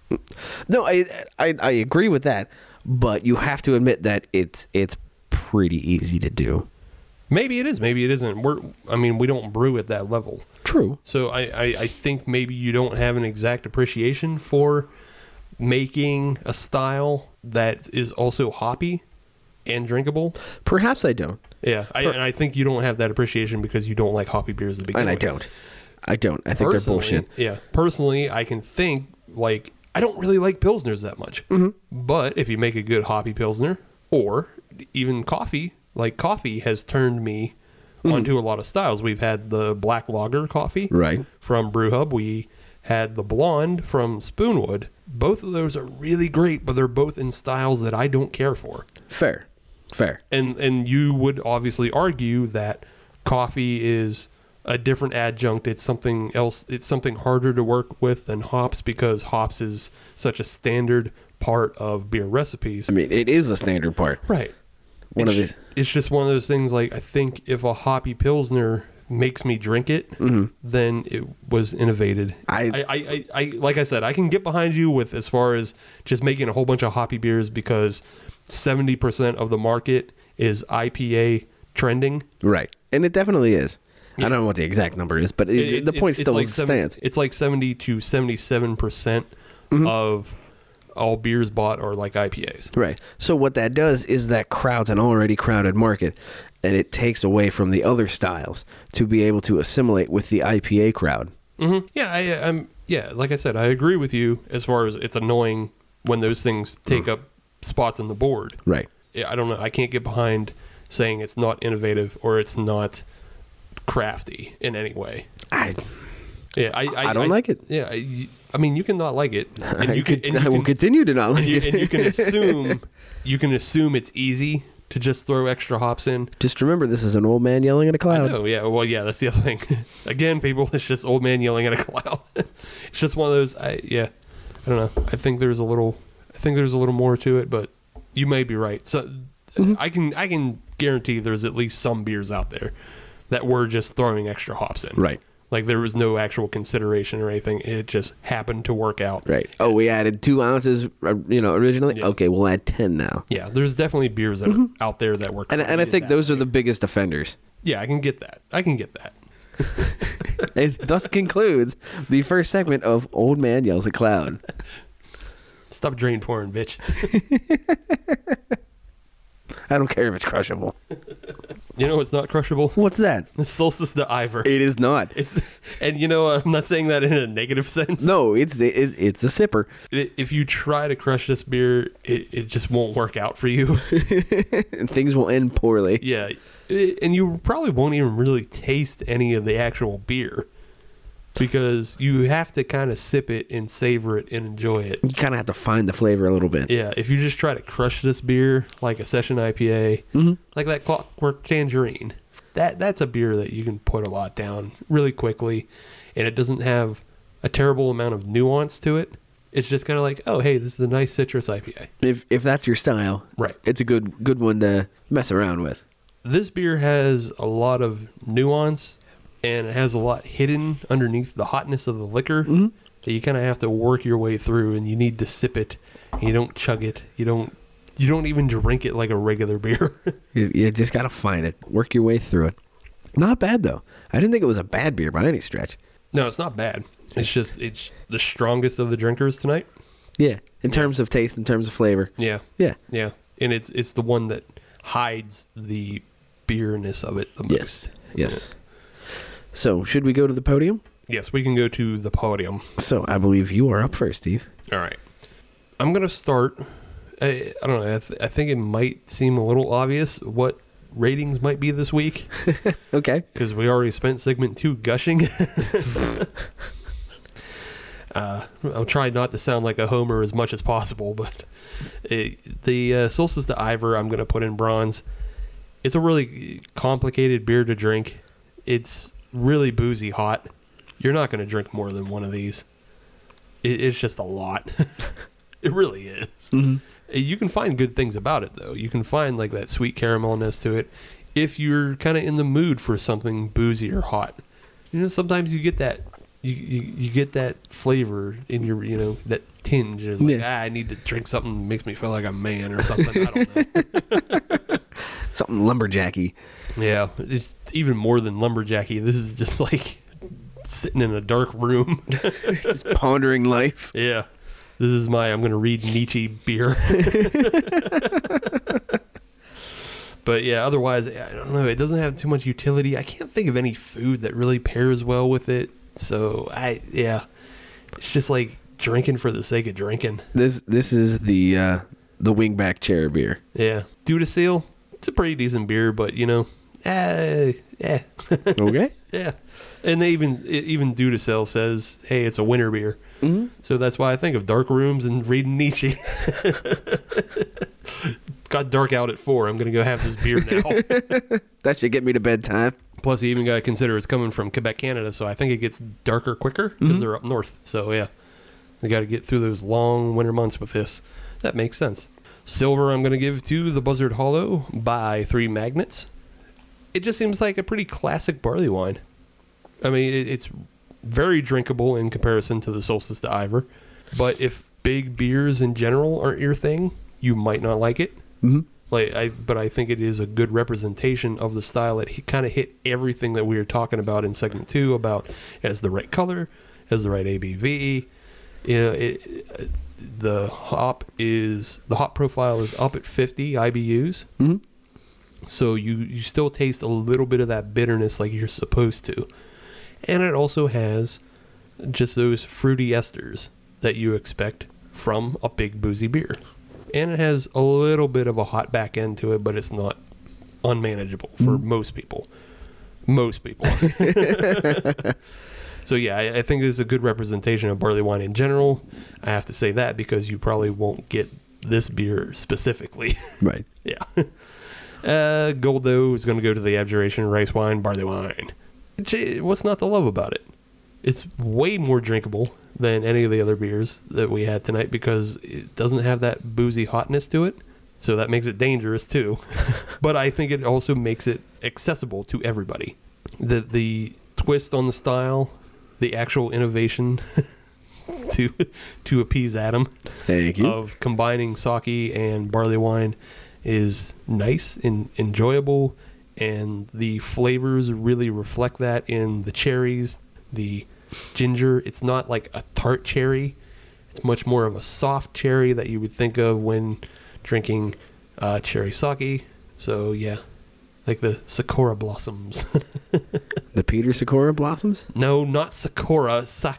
No, I, I I agree with that, but you have to admit that it's it's pretty easy to do. Maybe it is. Maybe it isn't. We're. I mean, we don't brew at that level. True. So I, I, I think maybe you don't have an exact appreciation for making a style that is also hoppy and drinkable. Perhaps I don't. Yeah, I, and I think you don't have that appreciation because you don't like hoppy beers to begin And I with. don't. I don't. I think Personally, they're bullshit. Yeah, personally, I can think like I don't really like pilsners that much. Mm-hmm. But if you make a good hoppy pilsner or even coffee, like coffee has turned me Mm-hmm. onto a lot of styles. We've had the black lager coffee, Right. from Brew Hub. We had the blonde from Spoonwood. Both of those are really great, but they're both in styles that I don't care for. Fair. Fair. And and you would obviously argue that coffee is a different adjunct. It's something else. It's something harder to work with than hops because hops is such a standard part of beer recipes. I mean, it is the standard part. Right. One it's, of these. it's just one of those things. Like I think if a hoppy pilsner makes me drink it, then it was innovated. Mm-hmm. I- I, I, I, I, like I said, I can get behind you with as far as just making a whole bunch of hoppy beers because seventy percent of the market is IPA trending. Right. And it definitely is. I don't know what the exact number is, but it, It- it- the point it's- it's still like seven- stands. Mm-hmm. It's like seventy to seventy-seven percent of all beers bought are like IPAs. Right. So what that does is that crowds an already crowded market and it takes away from the other styles to be able to assimilate with the IPA crowd. hmm Yeah, I, I'm. Yeah, like I said, I agree with you as far as it's annoying when those things take up spots on the board. Mm. Right. Yeah, I don't know. I can't get behind saying it's not innovative or it's not crafty in any way. I, Yeah, I. I, I don't like it. Yeah, I, I mean, you can not like it, and I you can. could- and you I will can- continue to not like and you, it. and you can assume you can assume it's easy to just throw extra hops in. Just remember, this is an old man yelling at a cloud. Oh yeah, well yeah, that's the other thing. Again, people, it's just old man yelling at a cloud. it's just one of those. I yeah, I don't know. I think there's a little. I think there's a little more to it, but you may be right. So Mm-hmm. I can I can guarantee there's at least some beers out there that were just throwing extra hops in. Right. Like there was no actual consideration or anything. It just happened to work out. Right. Oh, we added two ounces, uh, you know, originally. Yeah. Okay, we'll add ten now. Yeah, there's definitely beers that are out there that work. Mm-hmm. And and I think those are the biggest offenders. Yeah, I can get that. I can get that. and thus concludes the first segment of Old Man Yells at Cloud. Stop drain pouring, bitch. I don't care if it's crushable. You know what's not crushable? What's that? Solstice to Ivor. It is not. It's and you know I'm not saying that in a negative sense. No, it's it, it's a sipper. I- If you try to crush this beer, it, it just won't work out for you. and things will end poorly. yeah, I- and you probably won't even really taste any of the actual beer because you have to kind of sip it and savor it and enjoy it. You kind of have to find the flavor a little bit. Yeah, if you just try to crush this beer like a session IPA, like that Clockwork Tangerine, that that's a beer that you can put a lot down really quickly, and it doesn't have a terrible amount of nuance to it. It's just kind of like, oh hey, this is a nice citrus IPA. If if that's your style, Right. It's a good good one to mess around with. This beer has a lot of nuance, and it has a lot hidden underneath the hotness of the liquor that you kind of have to work your way through, and you need to sip it. and You don't chug it. You don't. You don't even drink it like a regular beer. You, you just gotta find it, work your way through it. Not bad though. I didn't think it was a bad beer by any stretch. No, it's not bad. It's just it's the strongest of the drinkers tonight. Yeah, in terms of taste, in terms of flavor. Yeah. Yeah. Yeah. And it's it's the one that hides the beerness of it the most. Yes. Yes. So should we go to the podium? Yes, we can go to the podium. So I believe you are up first, Steve. All right. I'm going to start I, I don't know. I, th- I think it might seem a little obvious what ratings might be this week Okay. because we already spent segment 2 gushing. uh, I'll try not to sound like a homer as much as possible, but it, the uh, Solstice to Ivor I'm going to put in bronze. It's a really complicated beer to drink. It's really boozy hot. You're not going to drink more than one of these. It, it's just a lot. it really is. You can find good things about it though. You can find like that sweet caramelness to it if you're kind of in the mood for something boozy or hot. You know, sometimes you get that you, you, you get that flavor in your you know that tinge. It's like Yeah. ah, I need to drink something that makes me feel like a man or something. I don't know. Something lumberjacky. Yeah, it's even more than lumberjacky. This is just like sitting in a dark room. Just pondering life. yeah. This is my I'm going to read Nietzsche beer. but yeah, otherwise I don't know. It doesn't have too much utility. I can't think of any food that really pairs well with it. So I yeah. It's just like drinking for the sake of drinking. This this is the uh the wingback chair beer. Yeah. Due to seal, it's a pretty decent beer, but you know, eh, eh. Okay. Yeah, and they even it, even Dudacell says, "Hey, it's a winter beer." mm So that's why I think of dark rooms and reading Nietzsche. got dark out at four. I'm gonna go have this beer now. that should get me to bedtime. Plus, you even gotta consider it's coming from Quebec, Canada, so I think it gets darker quicker because they're up north. So yeah, they got to get through those long winter months with this. That makes sense. Silver, I'm going to give to The Buzzard Hollow by Three Magnets. It just seems like a pretty classic barley wine. I mean, it, it's very drinkable in comparison to the Solstice to Ivor. But if big beers in general aren't your thing, you might not like it. Mm-hmm. Like I, but I think it is a good representation of the style. It kind of hit everything that we were talking about in segment two about as the right color, as the right ABV. You know, it, the hop is the hop profile is up at 50 IBUs. Mm-hmm. So you you still taste a little bit of that bitterness like you're supposed to, and it also has just those fruity esters that you expect from a big boozy beer. And it has a little bit of a hot back end to it, but it's not unmanageable for most people. Most people. so, yeah, I, I think this is a good representation of barley wine in general. I have to say that because you probably won't get this beer specifically. Right. Yeah. Uh, gold though is going to go to the abjuration rice wine barley wine. Gee, What's not to love about it? It's way more drinkable than any of the other beers that we had tonight because it doesn't have that boozy hotness to it. So that makes it dangerous too. but I think it also makes it accessible to everybody. The the twist on the style, the actual innovation to to appease Adam Thank you. of combining sake and barley wine is nice and enjoyable, and the flavors really reflect that in the cherries, the ginger. It's not like a tart cherry; it's much more of a soft cherry that you would think of when drinking uh, cherry sake. So yeah, like the sakura blossoms. The Peter Sakura blossoms. no, not sakura. Sa-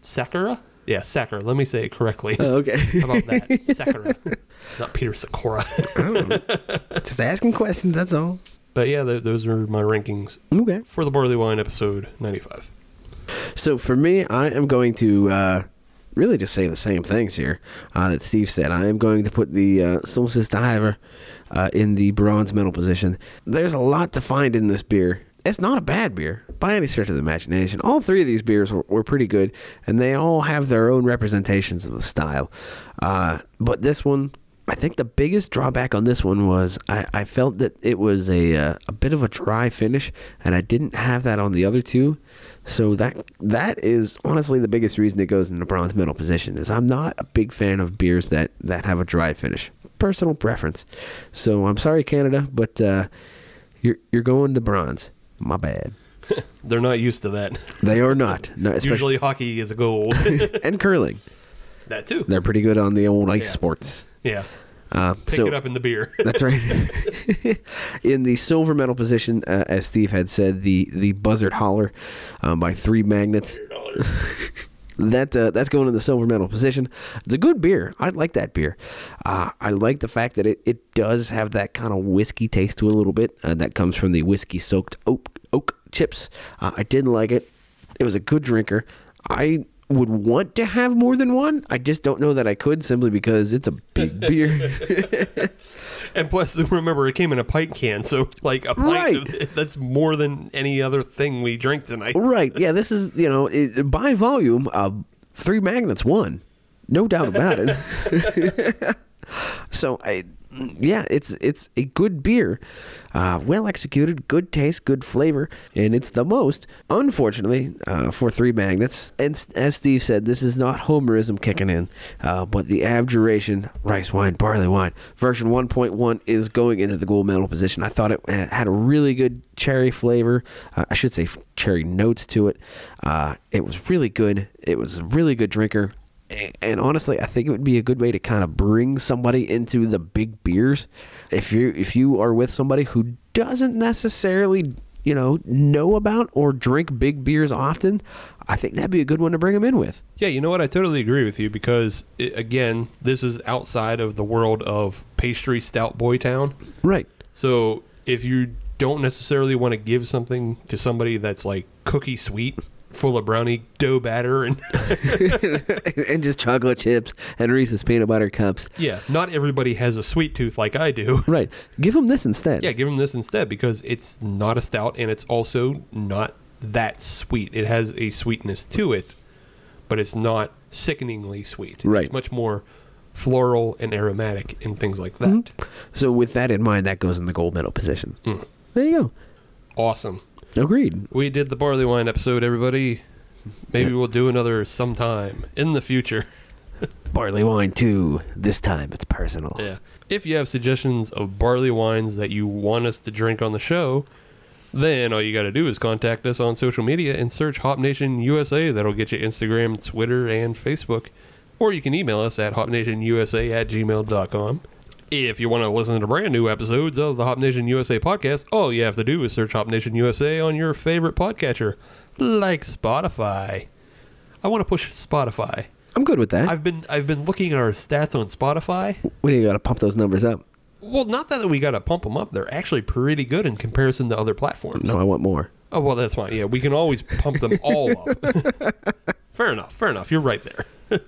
sakura. Yeah, sakura. Let me say it correctly. Oh, okay. How about that? Sakura. Not Peter Sakura. Just asking questions. That's all. but yeah, th- those are my rankings Okay. for the Barley Wine episode 95. So for me, I am going to uh, really just say the same things here uh, that Steve said. I am going to put the uh, Solstice Diver uh, in the bronze medal position. There's a lot to find in this beer. It's not a bad beer by any stretch of the imagination. All three of these beers were, were pretty good, and they all have their own representations of the style. Uh, but this one, I think the biggest drawback on this one was I, I felt that it was a uh, a bit of a dry finish, and I didn't have that on the other two. So that that is honestly the biggest reason it goes in the bronze medal position is I'm not a big fan of beers that that have a dry finish. Personal preference. So I'm sorry, Canada, but uh, you're you're going to bronze. My bad. They're not used to that. They are not, no, especially Usually hockey is a goal. and curling. that too. They're pretty good on the old ice Yeah. sports. Yeah. Uh, Pick so- it up in the beer. That's right. in the silver medal position, uh, as Steve had said, the the buzzard holler um, by three magnets. That uh, that's going in the silver medal position. It's a good beer. I like that beer. Uh, I like the fact that it, it does have that kind of whiskey taste to it a little bit. Uh, that comes from the whiskey soaked oak oak chips. Uh, I did like it. It was a good drinker. I would want to have more than one. I just don't know that I could simply because it's a big beer. and plus, remember, it came in a pint can. So, like, a pint, Right. of- that's more than any other thing we drink tonight. Right. Yeah. This is you know i by volume, uh, three magnets won, no doubt about it. so I, yeah, it's it's a good beer, uh, well executed, good taste, good flavor, and it's the most unfortunately uh, for three magnets. And s- as Steve said, this is not Homerism kicking in, uh, but the abjuration rice wine barley wine version 1.1 is going into the gold medal position. I thought it uh, had a really good cherry flavor. Uh, I should say f- cherry notes to it. Uh, it was really good. It was a really good drinker. A- and honestly, I think it would be a good way to kind of bring somebody into the big beers. If you if you are with somebody who doesn't necessarily you know know about or drink big beers often, I think that'd be a good one to bring them in with. Yeah, you know what? I totally agree with you because, i again, this is outside of the world of pastry stout boy town. Right. So if you don't necessarily want to give something to somebody that's like cookie sweet, full of brownie dough batter, and and just chocolate chips and Reese's peanut butter cups. yeah, not everybody has a sweet tooth like I do. Right. Give them this instead. Yeah, give them this instead because it's not a stout and it's also not that sweet. It has a sweetness to it, but it's not sickeningly sweet. Right. It's much more floral and aromatic and things like that. So with that in mind, that goes in the gold medal position. Mm. There you Awesome. go. Agreed. We did the barley wine episode, everybody. Maybe we'll do another sometime in the future. Barley wine too. This time it's personal. Yeah. If you have suggestions of barley wines that you want us to drink on the show, then all you got to do is contact us on social media and search Hop Nation USA. That'll get you Instagram, Twitter, and Facebook. Or you can email us at hopnationusa at gmail.com. If you want to listen to brand new episodes of the Hop Nation USA podcast, all you have to do is search Hop Nation USA on your favorite podcatcher, like Spotify. I want to push Spotify. I'm good with that. I've been I've been looking at our stats on Spotify. we need to gotta pump those numbers up. Well, not that we got to pump them up. They're actually pretty good in comparison to other platforms. No, I want more. Oh, well, that's fine. Yeah, we can always pump them all up. fair enough. Fair enough. You're right there.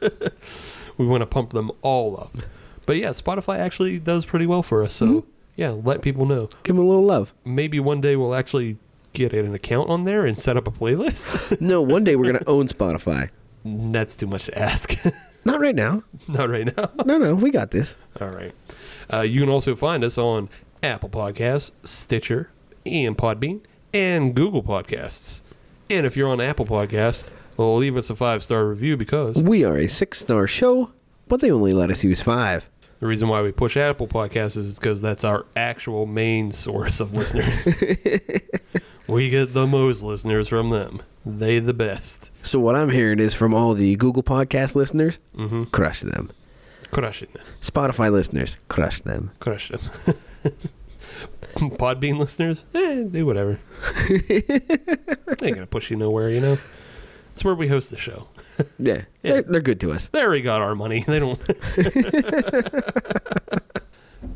we want to pump them all up. But yeah, Spotify actually does pretty well for us. So yeah, let people know. Give them a little love. Maybe one day we'll actually get an account on there and set up a playlist. No, one day we're gonna own Spotify. that's too much to ask. Not right now. not right now. No, no, we got this. All right. Uh, you can also find us on Apple Podcasts, Stitcher, and Podbean, and Google Podcasts. And if you're on Apple Podcasts, leave us a five star review because We are a six star show, but they only let us use five. the reason why we push Apple Podcasts is because that's our actual main source of listeners. we get the most listeners from them. They the best. So what I'm hearing is from all the Google Podcast listeners, crush them. Crush it. Spotify listeners, crush them. Crush them. Podbean listeners, eh, do whatever. they ain't gonna push you nowhere, you know. It's where we host the show. Yeah, They're, they're good to us. They already got our money. They don't.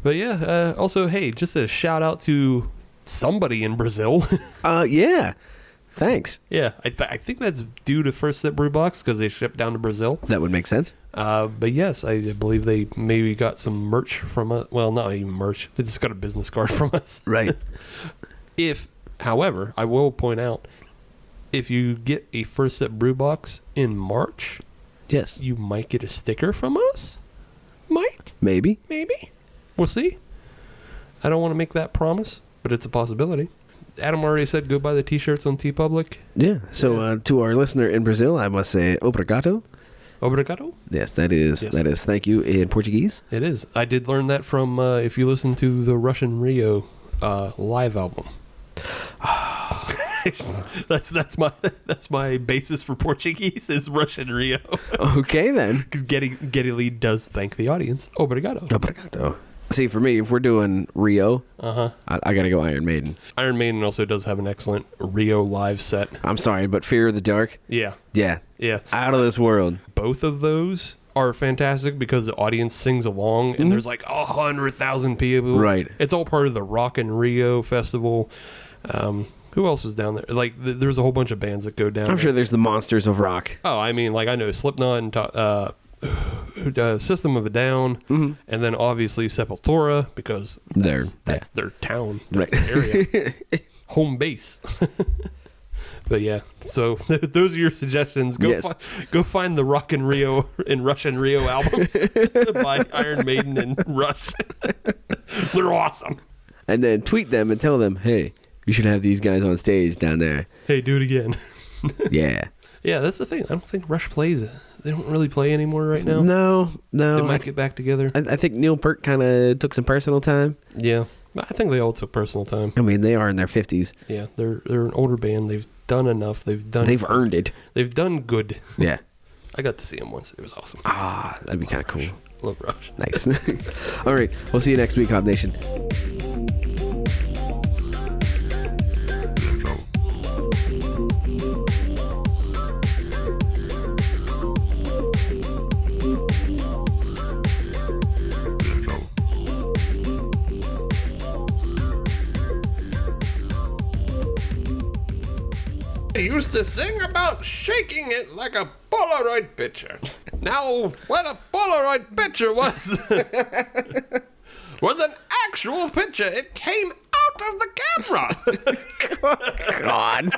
but yeah. Uh, also, hey, just a shout out to somebody in Brazil. Uh, yeah. Thanks. yeah, I, th- I think that's due to First Step Brew Box because they shipped down to Brazil. That would make sense. Uh, but yes, I believe they maybe got some merch from us. Well, not even merch. They just got a business card from us. Right. If, however, I will point out, if you get a First Step Brew Box in March, yes. you might get a sticker from us. Might. Maybe. Maybe. We'll see. I don't want to make that promise, but it's a possibility. Adam already said go buy the t-shirts on TeePublic. Yeah. So uh, to our listener in Brazil, I must say obrigado. Obrigado. Yes, that is Yes. that is thank you in Portuguese. It is. I did learn that from uh, if you listen to the Russian Rio uh, live album. that's that's my that's my basis for Portuguese is Russian Rio. Okay then. Because Getty Getty Lee does thank the audience. Obrigado. Obrigado. See, for me, if we're doing Rio, Uh-huh. I, I gotta go Iron Maiden. Iron Maiden also does have an excellent Rio live set. I'm sorry, but Fear of the Dark, Yeah. yeah, Yeah. out of this world. both of those are fantastic because the audience sings along and there's like a hundred thousand people. Mm-hmm. Right. It's all part of the Rock and Rio festival. Um, who else was down there? Like, th- there's a whole bunch of bands that go down. I'm there. sure there's the monsters of rock. Oh, I mean, like I know Slipknot and uh, uh, System of a Down, and then obviously Sepultura because Mm-hmm. They're- that's, that's their town, Right. that's their area, home base. but yeah, so those are your suggestions. Go Yes. fi- go find the Rock and Rio and Rush and Rio albums by Iron Maiden and Rush. They're awesome. And then tweet them and tell them, hey, you should have these guys on stage down there. Hey, do it again. Yeah. yeah, that's the thing. I don't think Rush plays. They don't really play anymore right now. No, They no. I, might get back together. I I think Neil Peart kind of took some personal time. Yeah, I think they all took personal time. I mean, they are in their 50s. Yeah, they're they're an older band. They've done enough. They've done. They've earned it. They've done good. Yeah. I got to see them once. It was awesome. Ah, that'd be kind of cool. Love Rush. Nice. All right. We'll see you next week, Hob Nation. I used to sing about shaking it like a Polaroid picture. Now, what a Polaroid picture was was an actual picture. It came out of the camera. God.